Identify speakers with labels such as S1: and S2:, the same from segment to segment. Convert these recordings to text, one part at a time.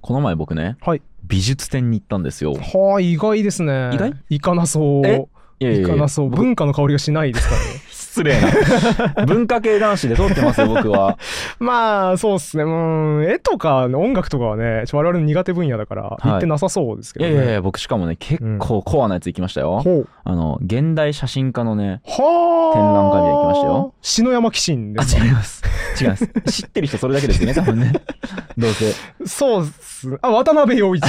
S1: この前僕ね、
S2: はい
S1: 美術展に行ったんですよ。
S2: はあ、意外ですね。
S1: 意外
S2: いかなそ
S1: え
S2: う。
S1: いやい
S2: い
S1: や
S2: か
S1: いや
S2: なそう。文化の香りがしないですからね。
S1: 失礼な。 文化系男子で通ってますよ、僕 は。
S2: まあ、そうっすね。うん、絵とか音楽とかはね、ちょ我々の苦手分野だから、
S1: い
S2: 言ってなさそうです
S1: い
S2: けど
S1: や
S2: ね。
S1: いやいや、僕しかもね、結構コアなやつ行きましたよ。
S2: ほう。
S1: あの、現代写真家のね、
S2: はあ。
S1: 展覧会見に行きましたよ。
S2: 篠山紀信で
S1: あ、
S2: すか
S1: 違います。違います。 知ってる人それだけです ね、多分ね。どう せ。
S2: そうっすね。あ、渡辺 陽一。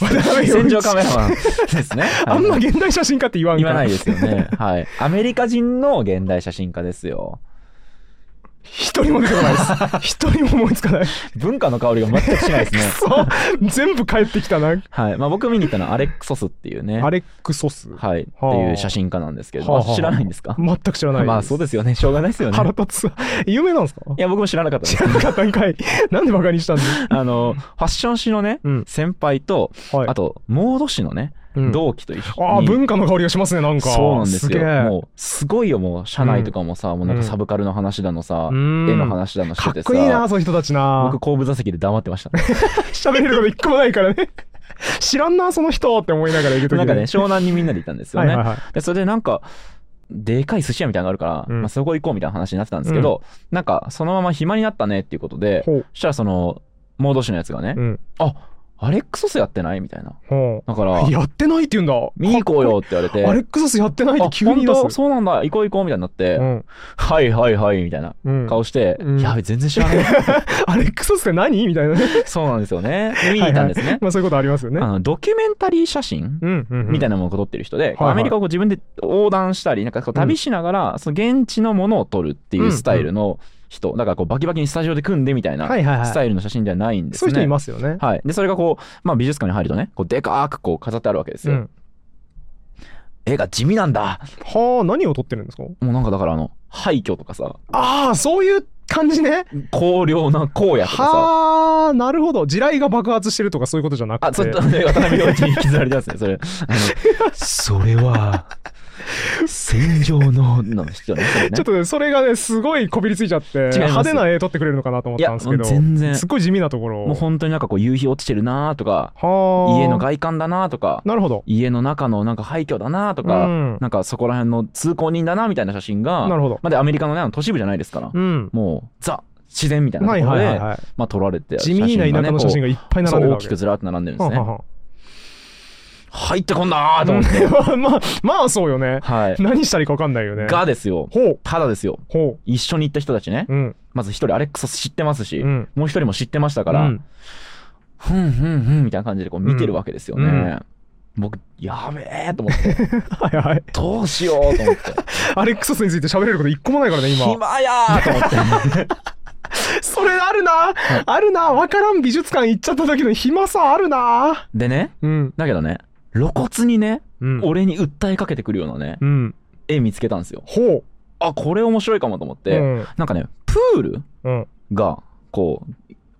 S2: 渡辺陽
S1: 戦場
S2: 一
S1: カ。メラ マンですね。
S2: あんま
S1: はい
S2: 現代写真家って言わん
S1: 言
S2: から
S1: わないですよ ね。はい。アメリカ人の現代写真家ですよ。
S2: 一人も出てこ ないです。一人も思いつかない。
S1: 文化の香りが全くしないです
S2: く
S1: ね。
S2: そ全部帰ってきたな。
S1: はい。まあ僕見に行ったのはアレックソスっていうね。
S2: アレックソス。
S1: はい。って
S2: はあ
S1: いう写真家なんですけど、
S2: はあはあ
S1: 知らないんですか
S2: 全く知らないです。
S1: まあそうですよね。しょうがないですよね。
S2: 腹立つ。有名なんですか
S1: いや、僕も知らなかったで
S2: 知
S1: す。
S2: らなかったんかい。なんでバカにしたんです
S1: あの、ファッション誌のね、
S2: うん
S1: 先輩と、
S2: はい
S1: あと、モード誌のね、
S2: うん
S1: 同期と一緒に。
S2: ああ、文化の香りがしますね、なんか。
S1: そうなんです
S2: げえ
S1: よ。もう、すごいよ、もう、社内とかもさ、もうなんかサブカルの話だのさ、
S2: うん
S1: 絵の話だのし
S2: か
S1: て
S2: って
S1: さ、
S2: こいいな、そういう人たちな
S1: 僕、。後部座席で黙って ました。
S2: 喋れること一個もないからね。知らんな、その人って思いながら行くとき
S1: なんかね、湘南にみんなでいたんですよ
S2: はい
S1: ね。
S2: はいはい。
S1: でそれでなんかでかい寿司屋みたいなのがあるから、
S2: うん
S1: まあ、そこ行こうみたいな話になってたんですけど、なんかそのまま暇になったねっていうことで
S2: ほう。
S1: そしたらそのモード氏のやつがね、
S2: うん。
S1: あアレックソスやってないみたいな
S2: ほ
S1: だか
S2: う
S1: ら
S2: やってないって言うんだ。
S1: 見に行こうよって言われて
S2: アレックソスやってないって
S1: あ
S2: 急に
S1: 本
S2: 言い
S1: 当
S2: 出す。
S1: そうなんだ行こう行こうみたいになって、
S2: うん
S1: はいはいはいみたいな
S2: うん
S1: 顔して、
S2: うん
S1: やべ全然知 らない
S2: アレックソスって何みたいなね。
S1: そうなんですよねで見に行ったんですね、
S2: まあそういうことありますよね。
S1: あのドキュメンタリー写真、
S2: うんうんうん。
S1: みたい
S2: な。
S1: なものを撮ってる人で、
S2: いはい
S1: アメリカをこう自分で横断したりなんかこう旅しながら、その現地のものを撮るっていうスタイルの人、だからこうバキバキにスタジオで組んでみたいな
S2: はいはいはい。
S1: スタイルの写真ではないんです
S2: そうい
S1: ね。
S2: う人いますよね。
S1: はい、でそれがこう、まあ、美術館に入るとねこうでかーくこう飾ってあるわけです
S2: う
S1: よ。
S2: ん。
S1: 絵が地味なんだ
S2: はあ、何を撮ってるんですか
S1: もうなんかだからあの廃墟とかさ
S2: ああ、そういう感じね。
S1: 荒涼な荒野とかさ
S2: はあ、なるほど。地雷が爆発してるとかそういうことじゃなくて。
S1: あちょっとね渡辺陽一に引きずられてますねそれ。あのそれは戦場のの人ね。それね
S2: ちょっとね、それがね、すごいこびりついちゃって、
S1: ます
S2: 派手な絵撮ってくれるのかなと思ったんですけど、
S1: いやもう全然
S2: すっごい地味なところを。
S1: もう本当になんかこう夕日落ちてるなーとか
S2: はあ
S1: 家の外観だなとか
S2: なるほど。
S1: 家の中のなんか廃墟だなとか、
S2: うん
S1: なんかそこら辺の通行人だなみたいな写真が
S2: なるほど。
S1: まあでアメリカの,、ね、あの都市部じゃないですから、
S2: うん。
S1: もうザ自然みたいな
S2: は
S1: と
S2: い
S1: ころ
S2: はいはい
S1: で
S2: はい。
S1: まあ撮られて
S2: 地味な田舎の写真がいっぱい
S1: が
S2: 並んで
S1: 大
S2: るわ
S1: き
S2: け
S1: くずらっと並んでるんです
S2: はあ
S1: ね
S2: は
S1: 入ってこんなー
S2: あ
S1: と思って、
S2: はあ まあ、まあそうよね。
S1: はい
S2: 何したらいいか分かんないよね。
S1: がですよ
S2: ほう、
S1: ただですよ
S2: ほ
S1: 一緒に行った人たちね
S2: う。うん。
S1: まず一人アレックス知ってますし、
S2: うん。
S1: もう一人も知ってましたから、
S2: うん
S1: ふんふんふんみたいな感じでこう見てるわけですよね、
S2: うんうん
S1: 僕やべえと思って
S2: はいはい。
S1: どうしようと 思って
S2: アレックソスについて喋れること一個もないからね、今。
S1: 暇やーと思って
S2: それあるな、あるな分からん美術館行っちゃった時の暇さあるな
S1: でね
S2: うん。
S1: だけどね露骨にね、
S2: うん。
S1: 俺に訴えかけてくるようなね
S2: うん。
S1: 絵見つけたんですよ
S2: ほう。
S1: あこれ面白いかもと思って、
S2: うん
S1: なんかねプール
S2: うん。
S1: がこう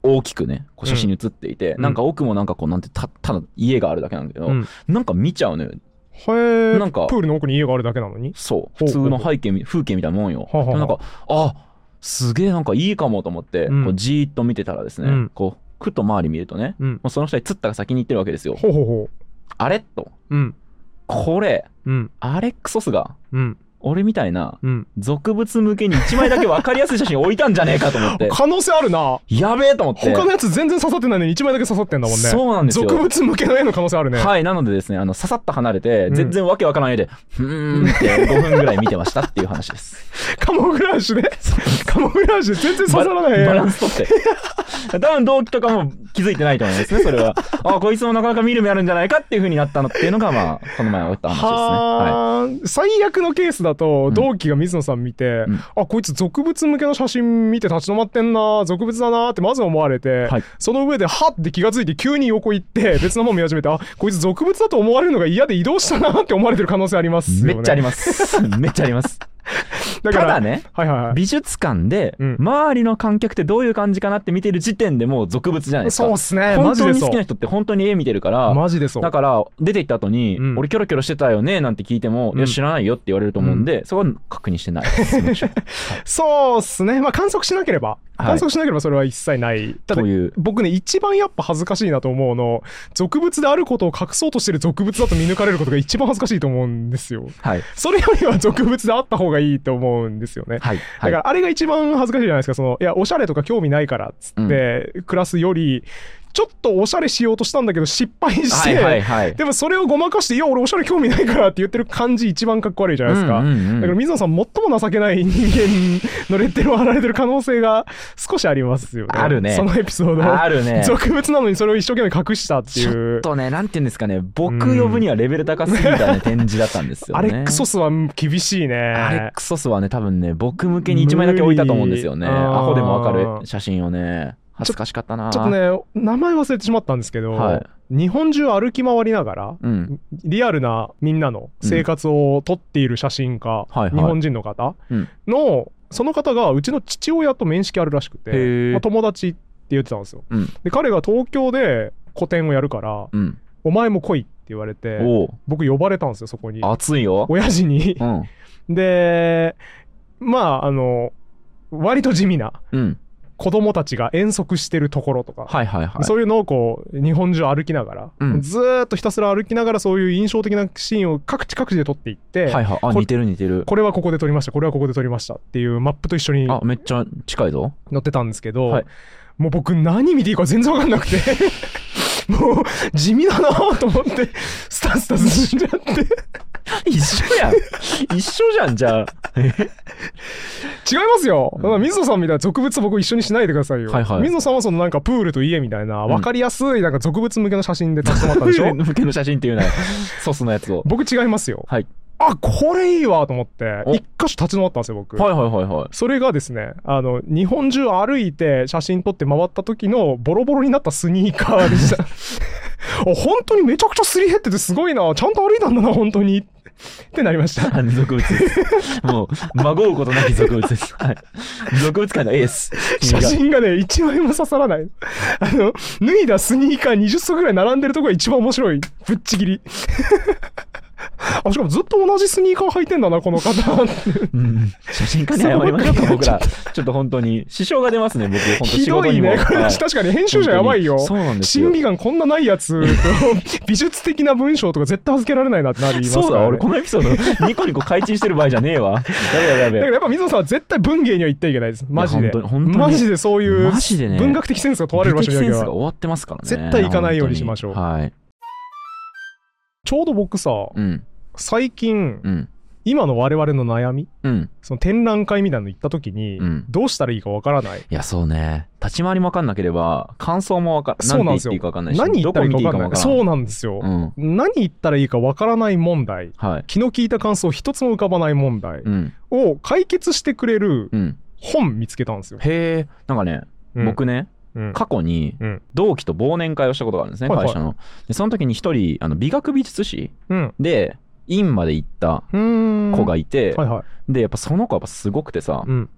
S1: 大きくねこう写真に写っていて、
S2: うん
S1: なんか奥もなんかこうなんてたただ家があるだけなんだけど、
S2: うん
S1: なんか見ちゃうのよ
S2: へえ。
S1: なんか
S2: プールの奥に家があるだけなのに。
S1: そう
S2: ほ
S1: 普
S2: う
S1: 通の背景み風景みたいなもんよ
S2: はあはあ
S1: でもなんかあすげえなんかいいかもと思って、
S2: うん
S1: こうじーっと見てたらですね、
S2: うん
S1: こうくっと周り見るとね
S2: うん。
S1: もうその人に釣ったが先に行ってるわけですよ
S2: ほうほうほ
S1: あれと
S2: う。うん。
S1: これ
S2: うん。
S1: アレックソスが
S2: うん。
S1: 俺みたいな
S2: うん。
S1: 俗物向けに1枚だけ分かりやすい写真置いたんじゃねえかと思って
S2: 可能性あるな。
S1: やべえと思って
S2: 他のやつ全然刺さってないのに1枚だけ刺さってんだもんね。
S1: そうなんですよ
S2: 俗物向けの絵の可能性あるね。
S1: はいなのでですねあのささっと離れて
S2: うん
S1: 全然わけわからない絵で「ふーん」って5分ぐらい見てましたっていう話です
S2: カモフラージュで。カモフラージュで全然刺
S1: バ
S2: さらない絵
S1: バランス取って多分同期とかも気づいてないと思いますねそれ はあこいつもなかなか見る目あるんじゃないかっていうふうになったのっていうのがまあこの前あった話ですねは
S2: はあ、最悪のケースだと
S1: ん
S2: 同期が水野さん見て、
S1: うん
S2: あこいつ俗物向けの写真見て立ち止まってんな俗物だなってまず思われて、
S1: はい
S2: その上ではって気がついて急に横 行って別の方見始めてあこいつ俗物だと思われるのが嫌で移動したなって思われてる可能性ありま
S1: い
S2: すよね
S1: めっちゃあり ますめっちゃあります
S2: だか
S1: た
S2: ら
S1: だね
S2: はいはいはい
S1: 美術館で
S2: うん
S1: 周りの観客ってどういう感じかなって見てる時点でもう俗物じゃないですか
S2: そうっすねマ
S1: 本
S2: ジ
S1: 当
S2: で
S1: に
S2: そ
S1: 好きな
S2: う
S1: 人って本当に絵見てるから
S2: マジでそう
S1: だから出て行った後に
S2: うん
S1: 俺キョロキョロしてたよね」なんて聞いても「
S2: うん
S1: いや知らないよ」って言 われると思うんでそこは確認してないです
S2: そうっすねまあ観測しなければ
S1: はい
S2: 観測しなければそれは一切ない。ただ
S1: という
S2: 僕ね一番やっぱ恥ずかしいなと思うの俗物であることを隠そうとしてる俗物だと見抜かれることが一番恥ずかしいと思うんですよ。
S1: はい。
S2: それよりは俗物であった方がいいと思うんですよね。
S1: はい。
S2: だからあれが一番恥ずかしいじゃないですかそのいやおしゃれとか興味ないからっつって暮らすより、ちょっとおしゃれしようとしたんだけど失敗し
S1: は
S2: て、
S1: いはいはい。
S2: でもそれをごまかして「いや俺おしゃれ興味ないから」って言ってる感じ一番かっこ悪いじゃないですか、
S1: うんうんうん
S2: だから水野さん最も情けない人間のレッテルを貼られてる可能性が少しありますよね
S1: あるね
S2: そのエピソード
S1: あるね。
S2: 俗物なのにそれを一生懸命隠したって
S1: ち
S2: い
S1: ょ
S2: う
S1: っとね、なんていうんですかね、僕呼ぶにはレベル高すぎたね、展示だったんですよ
S2: ア
S1: ね。
S2: レックソスは厳しいね
S1: アレックソスはね、多分ね、僕向けに1枚だけ置いたと思うんですよね。
S2: 無理
S1: アホでもわかる写真をね、恥ずかしかったな。
S2: ちょっと。ね名前忘れてしまったんですけど、
S1: はい
S2: 日本中歩き回りながら
S1: うん。
S2: リアルなみんなの生活を撮っている写真家、
S1: はいはい
S2: 日本人の方
S1: うん
S2: の、その方がうちの父親と面識あるらしく
S1: へ
S2: て
S1: ー、
S2: まあ友達って言ってたんですよ。
S1: うん
S2: で彼が東京で個展をやるから、
S1: うん。
S2: お前も来いって言われて、
S1: おお、
S2: 僕呼ばれたんですよ、そこに。
S1: 熱いよ。
S2: 親父に
S1: う。ん。
S2: で、まあ、あの、割と地味な
S1: うん。
S2: 子供たちが遠足してるところとか、
S1: はいはいはい。
S2: そういうのをこう日本中歩きながら、
S1: うん
S2: ずーっとひたすら歩きながらそういう印象的なシーンを各地各地で撮っていって、
S1: はいはい。あ、
S2: こ
S1: 似てる似てる。
S2: これはここで撮りましたこれはここで撮りましたっていうマップと一緒に
S1: あ、めっちゃ近いぞ。
S2: 載ってたんですけど、
S1: はい
S2: もう僕何見ていいか全然分かんなくて もう地味だなと思ってスタスタスしちゃって
S1: 一緒 やん。一緒じゃん、じゃあ。
S2: 違いますよ、
S1: ん
S2: だから水野さんみたいな俗物僕一緒にしないでくださいよ、
S1: はいはい
S2: 水野さんはそのなんかプールと家みたいな
S1: うん
S2: 分かりやすいなんか俗物向けの写真で撮ってもらったんでしょ、
S1: 向けの写真っていうのは、ソスのやつを。
S2: 僕違いますよ
S1: はい。
S2: あこれいいわと思って
S1: お
S2: 一箇所立ち止まったんですよ僕、
S1: はいはいはいはい。
S2: それがですねあの日本中歩いて写真撮って回った時のボロボロになったスニーカーでし たあ本当にめちゃくちゃすり減っててすごいなちゃんと歩いたんだな本当にってなりました
S1: あの俗物です。もう、まごうことなき俗物 です。はい。俗物界のエース。君
S2: 写
S1: が
S2: 真がね一枚も刺さら ないあの脱いだスニーカー20足ぐらい並んでるとこが一番面白いぶっちぎり あしかもずっと同じスニーカー履いてんだなこの方
S1: うん写真家に謝りましょうか、僕ら。ちょっと本当 に、支障が出ますね、僕。本当
S2: ひ
S1: 仕
S2: ど
S1: 事
S2: い
S1: にも。
S2: ねこれ
S1: はい
S2: 確かに編集者やばいよ
S1: 本当にそうなんですよ
S2: 審美眼こんなない やつと美術的な文章とか絶対預けられないなってなります
S1: そうだ、
S2: からね
S1: 俺このエピソード、ニコニコ開陳してる場合じゃねえわ。やべやべやべ
S2: だからやっぱ水野さんは絶対文芸には言ってはいけないですマジ
S1: い
S2: で
S1: や本当に本当に
S2: マジでそういう
S1: マジでね
S2: 文学的センスが問われる場所に
S1: 美
S2: だ
S1: 的
S2: け
S1: センスが
S2: は
S1: 終わってますからね。
S2: 絶対行かないようにしましょう
S1: 本当にはい。
S2: ちょうど僕さ
S1: うん、
S2: 最近
S1: うん、
S2: 今の我々の悩み
S1: うん。
S2: その展覧会みたいなの行った時に
S1: うん
S2: どうしたらいいかわからない
S1: いや、そうね。立ち回りもわかんなければ、感想もわか
S2: そうなん
S1: な
S2: で
S1: ん
S2: す
S1: て言っていい
S2: よ
S1: かわかんないし、
S2: 何言ったらいいか
S1: どこ見て
S2: わかんない
S1: いいかもわからん。
S2: そうなんですよ
S1: うん。
S2: 何言ったらいいかわからない問題
S1: はい。
S2: 昨日聞いた感想一つも浮かばない問題
S1: うん、
S2: を解決してくれる
S1: うん。
S2: 本見つけたんですよ。
S1: へえ、なんかね、
S2: うん、
S1: 僕ね、
S2: うん、
S1: 過去に
S2: うん
S1: 同期と忘年会をしたことがあるんですね、
S2: はいはい
S1: 会社の。で、その時に一人、あの美学美術史
S2: うん、
S1: で、院まで行った
S2: うーん
S1: 子がいて、
S2: はいはい。
S1: で、やっぱその子はやっぱすごくてさ、
S2: うん、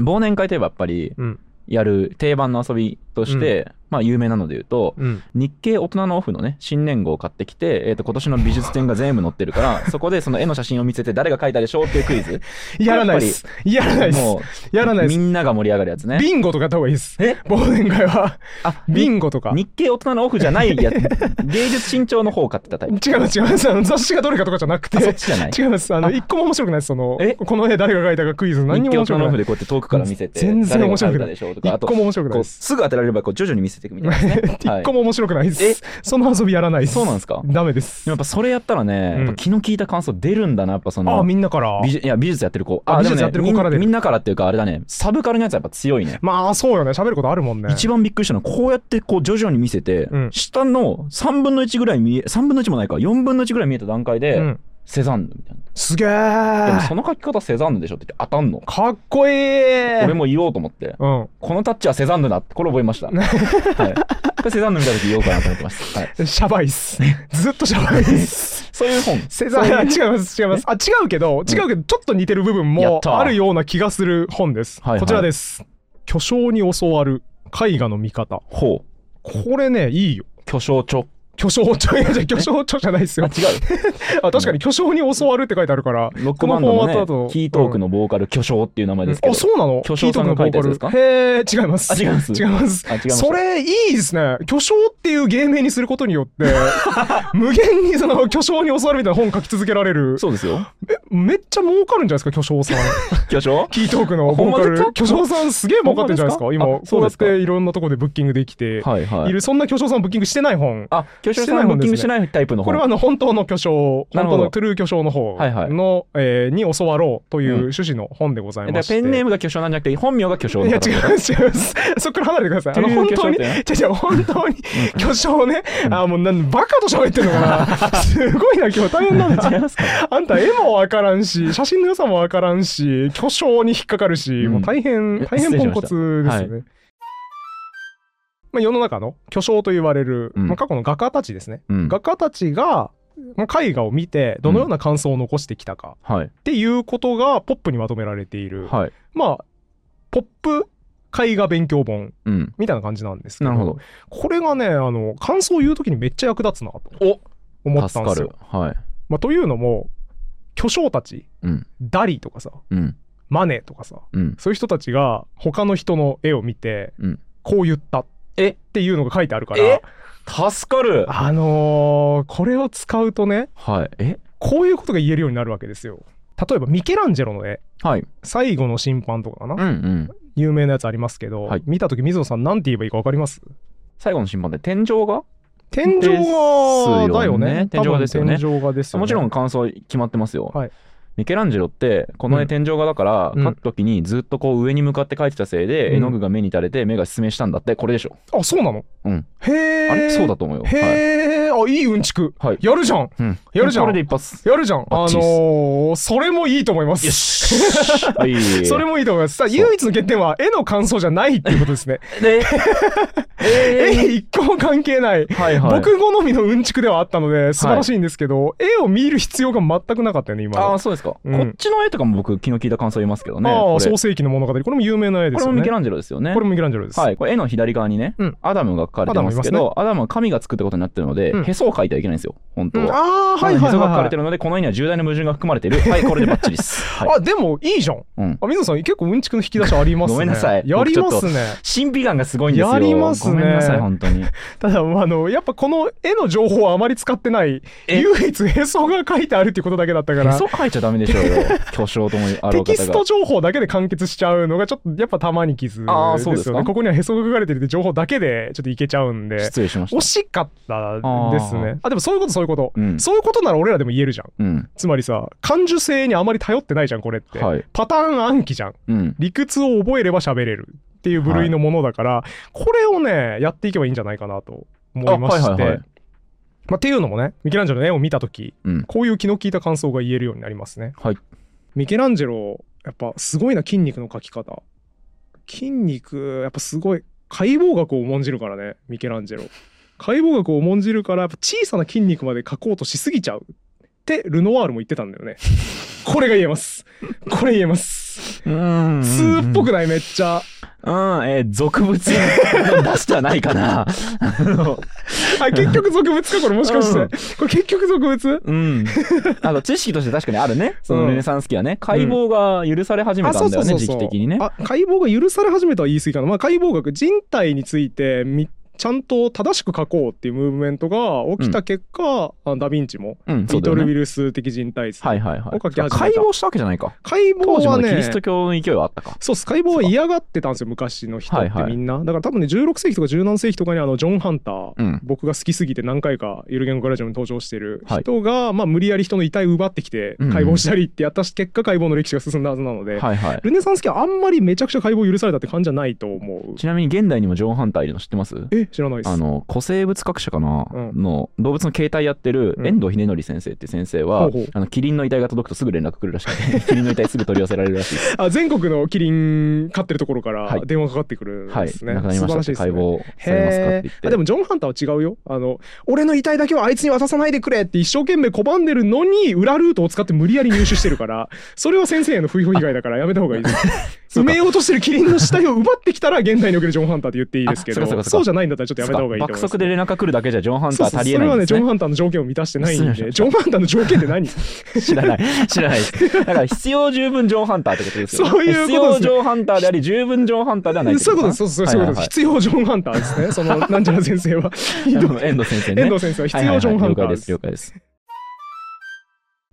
S1: 忘年会といえばやっぱり
S2: うん、
S1: やる定番の遊びとして、まあ有名なので言うと、
S2: うん、
S1: 日系大人のオフのね、新年号を買ってきて、えっ、と、今年の美術展が全部載ってる から、そこでその絵の写真を見せて誰が描いたでしょうっていうクイズ。
S2: やらないです。やらないです。
S1: も、
S2: やらないうで
S1: み
S2: す。
S1: んなが盛り上がるやつね。
S2: ビンゴとかやった方がいいです。
S1: え
S2: 忘年会は。
S1: あ、
S2: ビンゴとか。違
S1: 日系大人のオフじゃないやつ芸術新潮の方を買ってたタイ
S2: う
S1: プ
S2: 違うます。あの雑誌がどれかとかじゃなくて
S1: あ。そっちじゃない
S2: 違います。あの、
S1: あ
S2: 一個も面白くないです。その、
S1: え
S2: この絵誰が描いたかクイズ何に
S1: 日
S2: も
S1: 系大人
S2: 面白
S1: のオ
S2: く
S1: フで
S2: ない。
S1: こうやって遠くから見せて
S2: 全然
S1: 誰が
S2: 面白く
S1: 描い
S2: な
S1: た
S2: い
S1: でしょうとか
S2: 一
S1: あと
S2: 個も面白くな
S1: こ
S2: いで
S1: う
S2: す。
S1: すぐ当てられればこう徐々に見せていくみたいなね、は
S2: 一
S1: い、
S2: 個
S1: でも
S2: も面白くない です。その遊びやらないです。
S1: そうなんですか
S2: ダメです
S1: やっ。ぱそれやったらね、
S2: うん
S1: やっぱ気の利いた感想出るんだなやっぱそ
S2: ああ、
S1: の
S2: みんなから
S1: 美。術いや美術やってる子
S2: あ
S1: あ
S2: 美術やってる子から
S1: で
S2: 出
S1: もねみ
S2: る
S1: んみんなからっていうかあれだねサブカルのやつはやっぱ強いね
S2: まあ、そうよね。喋ることあるもんね。
S1: 一番びっくりしたのはこうやってこう徐々に見せて、
S2: うん
S1: 下の3分の1ぐらい見え3分の1もないか4分の1ぐらい見えた段階で、
S2: うん。
S1: セザンヌみたい
S2: すげ
S1: なでも
S2: ー。
S1: その書き方セザンヌでしょって言って当たんの
S2: かっこいい
S1: 俺も言おうと思って、
S2: うん
S1: このタッチはセザンヌだって、これ覚えま した。はい、これセザンヌ見た時言おうかなと思ってます。はい、
S2: シャバい っす。ずっとシャバいっす。
S1: そういう本。
S2: セザン
S1: そういう
S2: 違います違いますあ違うけど違うけどちょっと似てる部分
S1: や
S2: も
S1: った
S2: あるような気がする本です、
S1: はいはい
S2: こちらです巨匠に教わる絵画の見方
S1: ほう。
S2: これねいいよ
S1: 巨匠著。
S2: 巨匠、 ちょ、いやいや巨匠、ちょじゃないです
S1: あ、
S2: よ。
S1: 違う。
S2: あ、確かに巨匠に教わるって書いてあるから。
S1: ロックバンドの、ね、
S2: このフォーマットだと
S1: キートークのボーカル、巨匠っていう名前ですけど。
S2: あ、そうなの
S1: 巨匠さんが書いたやつですか
S2: キートンのボーカルへえ、違います。
S1: あ違うんです
S2: 違います。
S1: あ違います
S2: それ、いいですね。巨匠っていう芸名にすることに よって、無限にその巨匠に教わるみたいな本書き続けられる。
S1: そうですよ。
S2: え、めっちゃ儲かるんじゃないですか、巨匠 さん。
S1: 巨匠
S2: キートークのボーカ
S1: ほんまです
S2: ル
S1: か。
S2: 巨匠さんすげえ儲かってるんじゃないですか
S1: ほん
S2: 今、
S1: まですかあそ
S2: こ
S1: う
S2: う
S1: ですか
S2: やっていろんなとこでブッキングできて、
S1: はいはい
S2: いる、そんな巨匠さんブッキングしてない本。
S1: あ、巨匠さ
S2: してない
S1: んブ
S2: 本
S1: ッ
S2: ですね
S1: キングしてないタイプの
S2: こ
S1: 方。
S2: れはあの本当の巨匠、
S1: なるほ
S2: 本当
S1: ど
S2: のトゥルー巨匠の方の、
S1: はいはい
S2: えーに教わろうという
S1: うん
S2: 趣旨の本でござ
S1: だ
S2: い
S1: か
S2: ま
S1: ら
S2: して。
S1: ペンネームが巨匠なんじゃなくて、本名が巨匠
S2: い
S1: の
S2: や
S1: 方
S2: 違います違います。 そっから離れてください。あ
S1: トゥル
S2: の本
S1: ー巨匠
S2: 当に、
S1: ってね
S2: じ ゃじゃ本当に巨匠ね、あもうなんバカと喋ってるのか な。すごいな今日大変なんだ。
S1: 違いますか
S2: あんた絵もわからんし、写真の良さもわからんし、巨匠に引っかかるし、
S1: うん
S2: もう大変、大変ポンコツですよね。まあ、世の中の巨匠と言われる、
S1: うん
S2: まあ、過去の画家たちですね。
S1: うん。
S2: 画家たちが、まあ、絵画を見てどのような感想を残してきたか
S1: はい。
S2: っていうことがポップにまとめられている、
S1: はい。
S2: まあポップ絵画勉強本
S1: うん。
S2: みたいな感じなんですけど
S1: なるほど。
S2: これがねあの感想を言う時にめっちゃ役立つなと思った
S1: 助
S2: んで
S1: か
S2: すよ
S1: る。。はい。
S2: まあ、というのも巨匠たち
S1: うん。
S2: ダリとかさ
S1: うん。
S2: マネとかさ
S1: うん。
S2: そういう人たちが他の人の絵を見て
S1: うん
S2: こう言ったっ
S1: え
S2: ていうのが書いてあるから、
S1: え助かる
S2: あのーこれを使うとね
S1: はい。え
S2: こういうことが言えるようになるわけですよ。例えばミケランジェロの絵
S1: はい。
S2: 「最後の審判」とかか
S1: う
S2: な、
S1: んうん。
S2: 有名なやつありますけど、
S1: はい
S2: 見た時水野さん何て言えばいいか分かります
S1: 最後の審判で天井が
S2: 天井画だよね
S1: ですよね天井画ですよね
S2: 多分天井画ですよね
S1: もちろん感想決まってますよ。
S2: はい
S1: ミケランジェロってこの
S2: う
S1: 絵
S2: ん
S1: 天井画だから
S2: うん
S1: 描くときにずっとこう上に向かって描いてたせいで
S2: うん
S1: 絵の具が目に垂れて目が失明したんだってこれでしょ。
S2: あそうなの、
S1: うん
S2: へえ
S1: あれそうだと思うよ。
S2: へ
S1: はい
S2: え、あいいうんちく、
S1: はい
S2: やるじゃん
S1: うん
S2: やるじゃん
S1: これで一発。
S2: やるじゃんあ
S1: バッ
S2: の
S1: チリっす
S2: ー、それもいいと思います
S1: よし。 はい
S2: それもいいと思います。さあ
S1: そう
S2: 唯一の欠点は絵の感想じゃないっていうこ とですね。
S1: でえ
S2: 絵一個も関係ない
S1: ー。はいはい。
S2: 僕好みのうんちくではあったので素晴らしいんですけど、絵を見る必要が全くなかったよね今
S1: あ
S2: の
S1: あそうですか。こ
S2: うん
S1: っちの絵とかも僕昨日聞いた感想言いますけどね。
S2: あ
S1: こ
S2: あ
S1: れ
S2: 創世紀の物語これも有名な絵で
S1: こ
S2: す
S1: れ
S2: よ
S1: もミケ
S2: ね
S1: ランジェロですよね
S2: こ。れもミケランジェロです、
S1: はい、これ絵の左側にね、
S2: うん
S1: アダムが書かれてますけど、アダムは神が作ったことになってるので、
S2: うん
S1: へそを書いてはいけないんですよ、本
S2: う
S1: 当
S2: ん、あ
S1: は。
S2: あはいはい
S1: へそが書か
S2: はいは
S1: れ
S2: い
S1: てるので、この絵には重大な矛盾が含まれている。はい、これでバッチリ です。はい、
S2: あでもいいじゃん
S1: うん。
S2: あ水野さん結構うんちくの引き出しありますね
S1: ごめんなさい
S2: やりますね
S1: 神秘眼がすごいんですよ。
S2: やります
S1: ご
S2: ね
S1: めんなさい、本当に。
S2: ただあのやっぱこの絵の情報はあまり使ってない
S1: え
S2: 唯一へそが書いてあるっていうことだけだったか
S1: へ
S2: ら
S1: そ書いちゃダメでしょうよ。巨匠ともあろ
S2: テ
S1: う方
S2: キス
S1: が
S2: ト。情報だけで完結しちゃうのがちょっとやっぱたまに傷です
S1: あーそうです
S2: よね
S1: か
S2: ここにはへそが書かれてるって情報だけでちょっといけちゃうんで
S1: 失礼しまし
S2: 惜
S1: た。
S2: しかったです
S1: あ
S2: ねあでもそういうことそういうこと、
S1: うん
S2: そういうことなら俺らでも言えるじゃん
S1: うん。
S2: つまりさ感受性にあまり頼ってないじゃんこれって、
S1: はい。
S2: パターン暗記じゃん
S1: うん。
S2: 理屈を覚えれば喋れるっていう部類のものだから、これをねやっていけばいいんじゃないかなと思いまして、
S1: あはいはいはい
S2: まあ、っていうのもねミケランジェロの絵を見た時
S1: うん。
S2: こういう気の利いた感想が言えるようになりますね
S1: はい。
S2: ミケランジェロやっぱすごいな筋肉の描き方筋肉やっぱすごい解剖学を重んじるからねミケランジェロ解剖学を重んじるからやっぱ小さな筋肉まで描こうとしすぎちゃうってルノワールも言ってたんだよねこれが言えますこれ言えます
S1: うん
S2: スーっぽく。ないめっ ちゃ
S1: うん、えー俗物出してはないかな。あの
S2: あ結局俗物かこれもしかして、
S1: うん
S2: これ結局俗物
S1: うん。あの、知識として確かにあるね。そのルネサンス期はね、解剖が許され始め
S2: あ
S1: た
S2: そ
S1: ん
S2: う
S1: だ
S2: そう
S1: よね、
S2: そう
S1: 時
S2: そ
S1: 期
S2: う
S1: 的にね。
S2: あ解剖が許され始めたは言い過ぎかな、まあ、解剖学人体についてみちゃんと正しく書こうっていうムーブメントが起きた結果、あダ・ヴィンチも
S1: うん、そ
S2: リ
S1: うだ
S2: ト
S1: よ
S2: ルウ
S1: ね
S2: イ。ルス的人体図、
S1: はいはいは
S2: を
S1: い。
S2: 書き始めた
S1: 解剖したわけじゃないか。
S2: 解
S1: 当
S2: 剖
S1: 時
S2: は
S1: まだキ
S2: ね
S1: リスト教の勢いはあったか。
S2: そうっす解剖は嫌がってたんですよ昔の人っ
S1: はい
S2: て
S1: はい
S2: みんな、だから多分ね16世紀とか17世紀とかにあのジョン・ハンター、
S1: うん。
S2: 僕が好きすぎて何回かゆる言語ラジオに登場してる人が、まあ、無理やり人の遺体を奪ってきて
S1: うんうん
S2: 解剖したりってやった結果解剖の歴史が進んだはずなので、
S1: はいはい。
S2: ルネサンス期はあんまりめちゃくちゃ解剖許されたって感じじゃないと思う。
S1: ちなみに現代にもジョン・ハンターいるの知ってます
S2: え知らないです。
S1: あの古生物学者かな、
S2: うん
S1: の動物の形態やってる
S2: うん
S1: 遠藤秀則先生って先生は、
S2: ほうほう
S1: あのキリンの遺体が届くとすぐ連絡来るらしく てキリンの遺体すぐ取り寄せられるらしいです、
S2: あ全国のキリン飼ってるところから
S1: はい
S2: 電話かかってくるん
S1: はい
S2: ですね。
S1: 亡くなり
S2: 素
S1: まし
S2: 晴
S1: た
S2: ら
S1: っ
S2: しい
S1: て
S2: です
S1: 解
S2: ね。
S1: 剖されますかって言って
S2: あでもジョン・ハンターは違うよあの俺の遺体だけはあいつに渡さないでくれって一生懸命拒んでるの に裏ルートを使って無理やり入手してるからそれは先生への不評被害だからやめた方がいいです
S1: そう
S2: 埋
S1: か
S2: めようとしてるキリンの死体を奪ってきたら現代におけるジョン・ハンターって言っていいですけ
S1: あそうかそう
S2: ど
S1: かそう
S2: そ
S1: か
S2: うじゃないんだったらちょっとやめた方がいいと思
S1: 爆
S2: います
S1: 速で連絡来るだけじゃジョン・ハンター
S2: そうそう
S1: 足りえ
S2: そ
S1: な
S2: れ
S1: い
S2: は
S1: ん
S2: ね
S1: です
S2: ジョ
S1: ね
S2: ン・ハンターの条件を満たしてないん
S1: 失礼
S2: でジョン・ハンターの条件っ て何
S1: 知らない知らないですだから必要十分ジョン・ハンターってことですよね
S2: そういうことで
S1: 必
S2: すね
S1: 要ジョン・ハンターであり十分ジョン・ハンターではないって
S2: そういうことです、そうそうそうい
S1: は
S2: うこ
S1: いは
S2: とで
S1: い
S2: す。必要ジョン・ハンターですね。その、なんちゃら先生は。ひどい
S1: はい遠藤先生ね
S2: 遠藤先生は必
S1: はいはいは
S2: 要
S1: い
S2: ジョン・ハンター
S1: 了解
S2: で
S1: です
S2: す
S1: 了。解です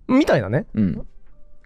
S2: みたいなね。
S1: うん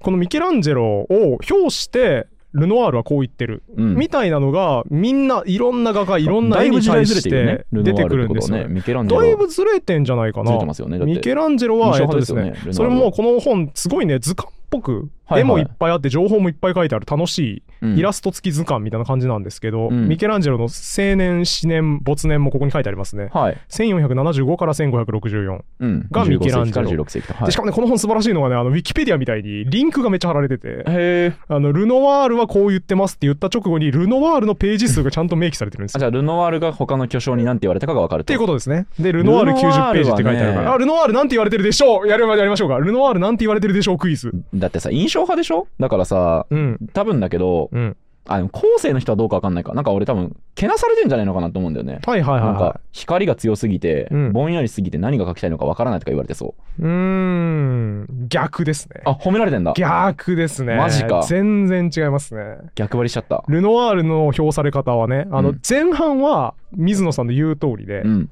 S2: このミケランジェロを評して、ルノワールはこう言ってる。
S1: うん
S2: みたいなのが、みんないろんな画家、いろんな絵に対して出てくるんですよ
S1: ね。。ミケランジェ
S2: だ
S1: ロ
S2: いぶずれてんじゃないか
S1: ずれて
S2: な
S1: ま。すよね。だって
S2: ミケランジェロ
S1: 印
S2: は、え
S1: 象
S2: っ
S1: 派
S2: とで
S1: ですすよねル
S2: ね、
S1: ノワール
S2: それもこの本、すごいね、図鑑っぽく、
S1: はいはい
S2: 絵もいっぱいあって、情報もいっぱい書いてある、楽しいイラスト付き図鑑みたいな感じなんですけど、
S1: うん
S2: ミケランジェロの青年、死年、没年もここに書いてありますね。
S1: うんはい。
S2: 1475から1564。
S1: うん。
S2: がミケランジェロ
S1: 15世紀から16世紀と。は
S2: でしかもね、この本素晴らしいのがね、あの、ウィキペディアみたいにリンクがめっちゃ貼られてて、
S1: へえ。
S2: あの、ルノワールはこう言ってますって言った直後に、ルノワールのページ数がちゃんと明記されてるんです
S1: あ、
S2: よ。っ
S1: じゃあ、ルノワールが他の巨匠に何て言われたかが分かる
S2: て
S1: と。
S2: いうことですね。で、ルノワール
S1: ルノワー
S2: 90ペー
S1: ル
S2: ジっ
S1: は
S2: て
S1: ね
S2: 書いてあるから、あ、ルノワールなんて言われてるでしょうやるやりましょうか。ルノワールなんて言われてるでしょうクイズ。
S1: だってさ、印象派でしょだからさ、
S2: うん。
S1: 多分だけど、
S2: うん。
S1: あ、でも後世の人はどうか分かんないから、なんか俺多分、けなされてんじゃないのかなと思うんだよね。
S2: はいはいはい
S1: なん
S2: は
S1: か、光が強すぎて、
S2: うん
S1: ぼんやりすぎて何が書きたいのか分からないとか言われてそう。
S2: い。うーん。逆ですね。
S1: あ、褒められてんだ。
S2: 逆ですね。
S1: マジか
S2: 全然違いますね。
S1: 逆張りしちゃった。
S2: ルノワールの評され方はね、あ
S1: う
S2: の
S1: ん
S2: 前半は水野さんの言う通りで、
S1: うん。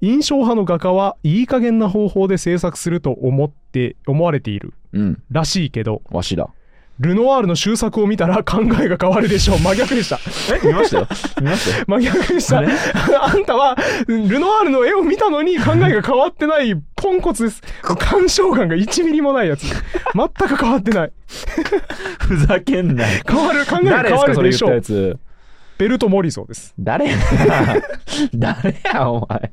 S2: 印象派の画家はいい加減な方法で制作すると思って思われている
S1: うん。
S2: らしいけど、
S1: わしだ。
S2: ルノワールの終作を見たら 考えが変わるでしょう。真逆でした。
S1: え見ま したよ。見ましたよ。
S2: 真逆でした。
S1: あ
S2: あ
S1: れ
S2: んたはルノワールの絵を見たのに考えが変わってないポンコツです。鑑賞感が1ミリもないやつ。全く変わってない。
S1: ふざけんなよ。
S2: 変わる考えが
S1: 誰で
S2: 変
S1: す
S2: わ
S1: か
S2: る
S1: それ言
S2: で
S1: っ
S2: したょ
S1: や
S2: う。
S1: つ。
S2: ベルト・モリソーです。
S1: 誰 や誰やお前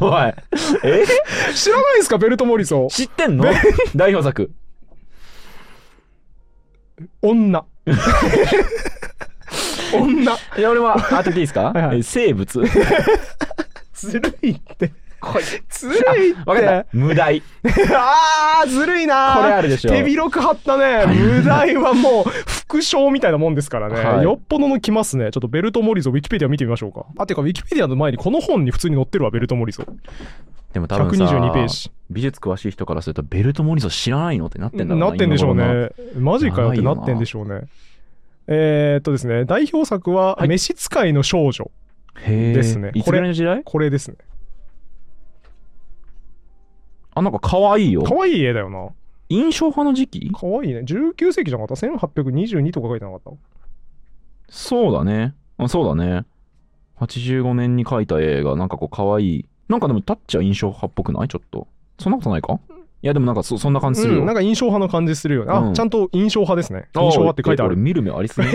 S1: おい え
S2: 知らないですかベルト・モリソー。
S1: 知ってんの代表作
S2: 女 女
S1: いや俺 は当てていいですか
S2: はいはい
S1: え生物
S2: ずるいって
S1: こい
S2: ずるいって
S1: 分かった無題
S2: あーずるいなー
S1: これあるでしょ
S2: 手広く貼ったね無題はもう副賞みたいなもんですからね、
S1: はい
S2: よっぽどのきますねちょっとベルト・モリソーウィキペディア見てみましょうかあてかウィキペディアの前にこの本に普通に載ってるわベルト・モリソー
S1: でも多分さ
S2: 122ページ
S1: 美術詳しい人からするとベルト・モリソン知らないのってなってんだろう
S2: なってんでしょう
S1: 今頃
S2: ねマジかよってなってんでしょうねえー、っとですね代表作は
S1: は
S2: 「
S1: い
S2: 召使いの少女
S1: なへえ
S2: ですね
S1: いつ
S2: こ
S1: ぐ
S2: れ
S1: らいの時代」
S2: これですね
S1: あなんか可愛いよ
S2: 可愛い絵だよな
S1: 印象派の時期
S2: かわいいね。19世紀じゃなかった ?1822 とか書いてなかった
S1: そうだねあそうだね85年に描いた映画なんかこう可愛いなんかでもタッチは印象派っぽくないちょっとそんなことないかいやでもなんかそそんな感じするよ、
S2: うん、なんか印象派の感じするよね。あ、
S1: うん
S2: ちゃんと印象派ですね。印象派って書いてあ
S1: 俺
S2: る。
S1: 見る目あり すぎ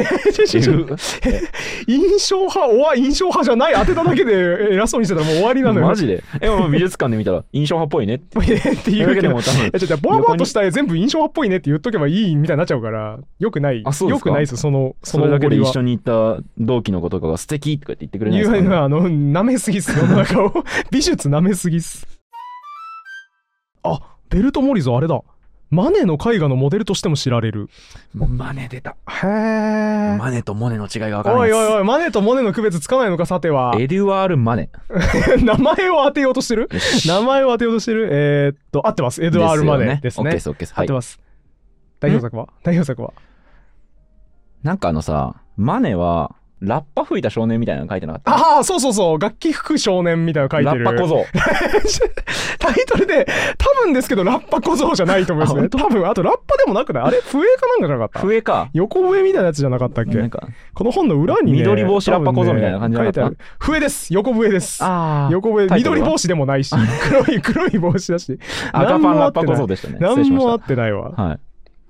S2: 印象派、おわ、印象派じゃない当てただけで偉そうにしてたらもう終わりなのよ。
S1: マ ジでえもう美術館で見たら印象派っぽいねって
S2: えーって
S1: 言
S2: 言
S1: う
S2: う
S1: だけ
S2: け
S1: で
S2: ど。
S1: も多分
S2: えちょっとボワボワとした絵全部印象派っぽいねって言っとけばいいみたいになっちゃうから、よくない。
S1: あそうで
S2: よ
S1: すか
S2: くないです、その、そ
S1: そ
S2: の
S1: れだけで
S2: お
S1: 一
S2: ごりは
S1: 緒に行った同期の子とかが素敵とかって言ってくれない
S2: 言
S1: で
S2: う
S1: すか、 ね、
S2: のは、あの、舐めすぎっす、世の中を。美術舐めすぎっす。 あ、ベルト・モリゾーあれだ。マネの絵画のモデルとしても知られる。
S1: マネ出た
S2: へえ。
S1: マネとモネの違いが分からな
S2: お
S1: い
S2: い
S1: です
S2: おいおい、マネとモネの区別つかないのか、さては。
S1: エデュワール・マネ
S2: 名前を当てようとしてる
S1: よ し
S2: 名前を当てようとしてるえーっと、合ってます。エ
S1: エ
S2: ドワール・マネです
S1: オッケー
S2: ね
S1: で。すオッケーです
S2: 合
S1: は
S2: って
S1: い
S2: ます。代表作は代表作は
S1: なんかあのさマネはラッパ吹いた少年みたいなの書いてなかった
S2: ああ、そうそうそう、楽器服少年みたいなの書いてる。
S1: ラッパ小僧
S2: タイトルで、多分ですけど、ラッパ小僧じゃないと思います
S1: あ
S2: ね。
S1: 本当
S2: 多分、あとラッパでもなくないあれ笛かなんかじゃなかった
S1: 笛か
S2: 横笛みたいなやつじゃなかったっけ
S1: なんか
S2: この本の裏に、ね、
S1: 緑帽子ラッパ小僧みたいな感じじゃなかった
S2: 多分ね書いてある笛です横笛です
S1: ああ
S2: 横笛
S1: タイトル
S2: 緑
S1: は
S2: 帽子でもな いし黒い黒い帽子だし
S1: 赤パン
S2: 何も合
S1: ラッ
S2: って
S1: パ
S2: ない
S1: 小僧でしたね失礼
S2: 何
S1: しま
S2: も合
S1: し
S2: ってないわ
S1: たはい